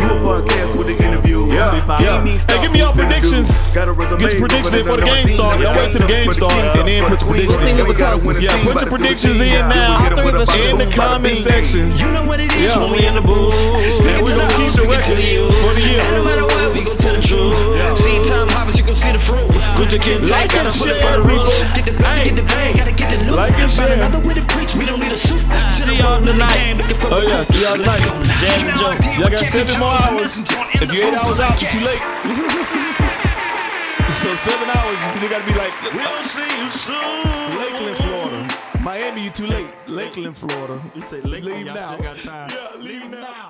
[SPEAKER 4] Do a podcast with the interview.
[SPEAKER 3] Yeah. Yeah. Hey,
[SPEAKER 1] Hey, give me your predictions.
[SPEAKER 4] Got a resume.
[SPEAKER 1] Get your predictions in before the game starts. Don't wait till the game starts and then put your
[SPEAKER 2] We'll see who
[SPEAKER 1] predictions.
[SPEAKER 2] the closest.
[SPEAKER 1] Yeah, put your predictions in now.
[SPEAKER 2] All three of us
[SPEAKER 1] In the comment section.
[SPEAKER 5] You know what it is
[SPEAKER 1] Yeah.
[SPEAKER 5] when we in the booth.
[SPEAKER 1] Yeah, we
[SPEAKER 5] to
[SPEAKER 1] gonna
[SPEAKER 5] the
[SPEAKER 1] keep
[SPEAKER 5] house,
[SPEAKER 1] the
[SPEAKER 5] we get to
[SPEAKER 1] record
[SPEAKER 5] you.
[SPEAKER 1] for the year.
[SPEAKER 5] And no matter what, we gon' tell the truth. See time hoppers, you gon' see the fruit. Good to get
[SPEAKER 1] Like
[SPEAKER 5] tight, gotta
[SPEAKER 1] and
[SPEAKER 5] put it
[SPEAKER 1] share,
[SPEAKER 5] for the rules.
[SPEAKER 1] people.
[SPEAKER 5] Get the blessing, get the bag, gotta get the loot.
[SPEAKER 1] Like and
[SPEAKER 5] Find
[SPEAKER 1] share.
[SPEAKER 5] another way to preach, we don't need a suit.
[SPEAKER 3] See y'all tonight.
[SPEAKER 1] Oh yeah, see y'all tonight.
[SPEAKER 3] Jazz and Joe.
[SPEAKER 1] Y'all got seven more hours. If you eight hours out, you're too late. So seven hours, you gotta be like
[SPEAKER 3] We'll see you soon.
[SPEAKER 1] Lakeland, Florida. Miami, you too late. Lakeland, Florida.
[SPEAKER 3] You say Lakeland,
[SPEAKER 1] Leave
[SPEAKER 3] y'all
[SPEAKER 1] now.
[SPEAKER 3] still got time.
[SPEAKER 1] Yeah, leave now.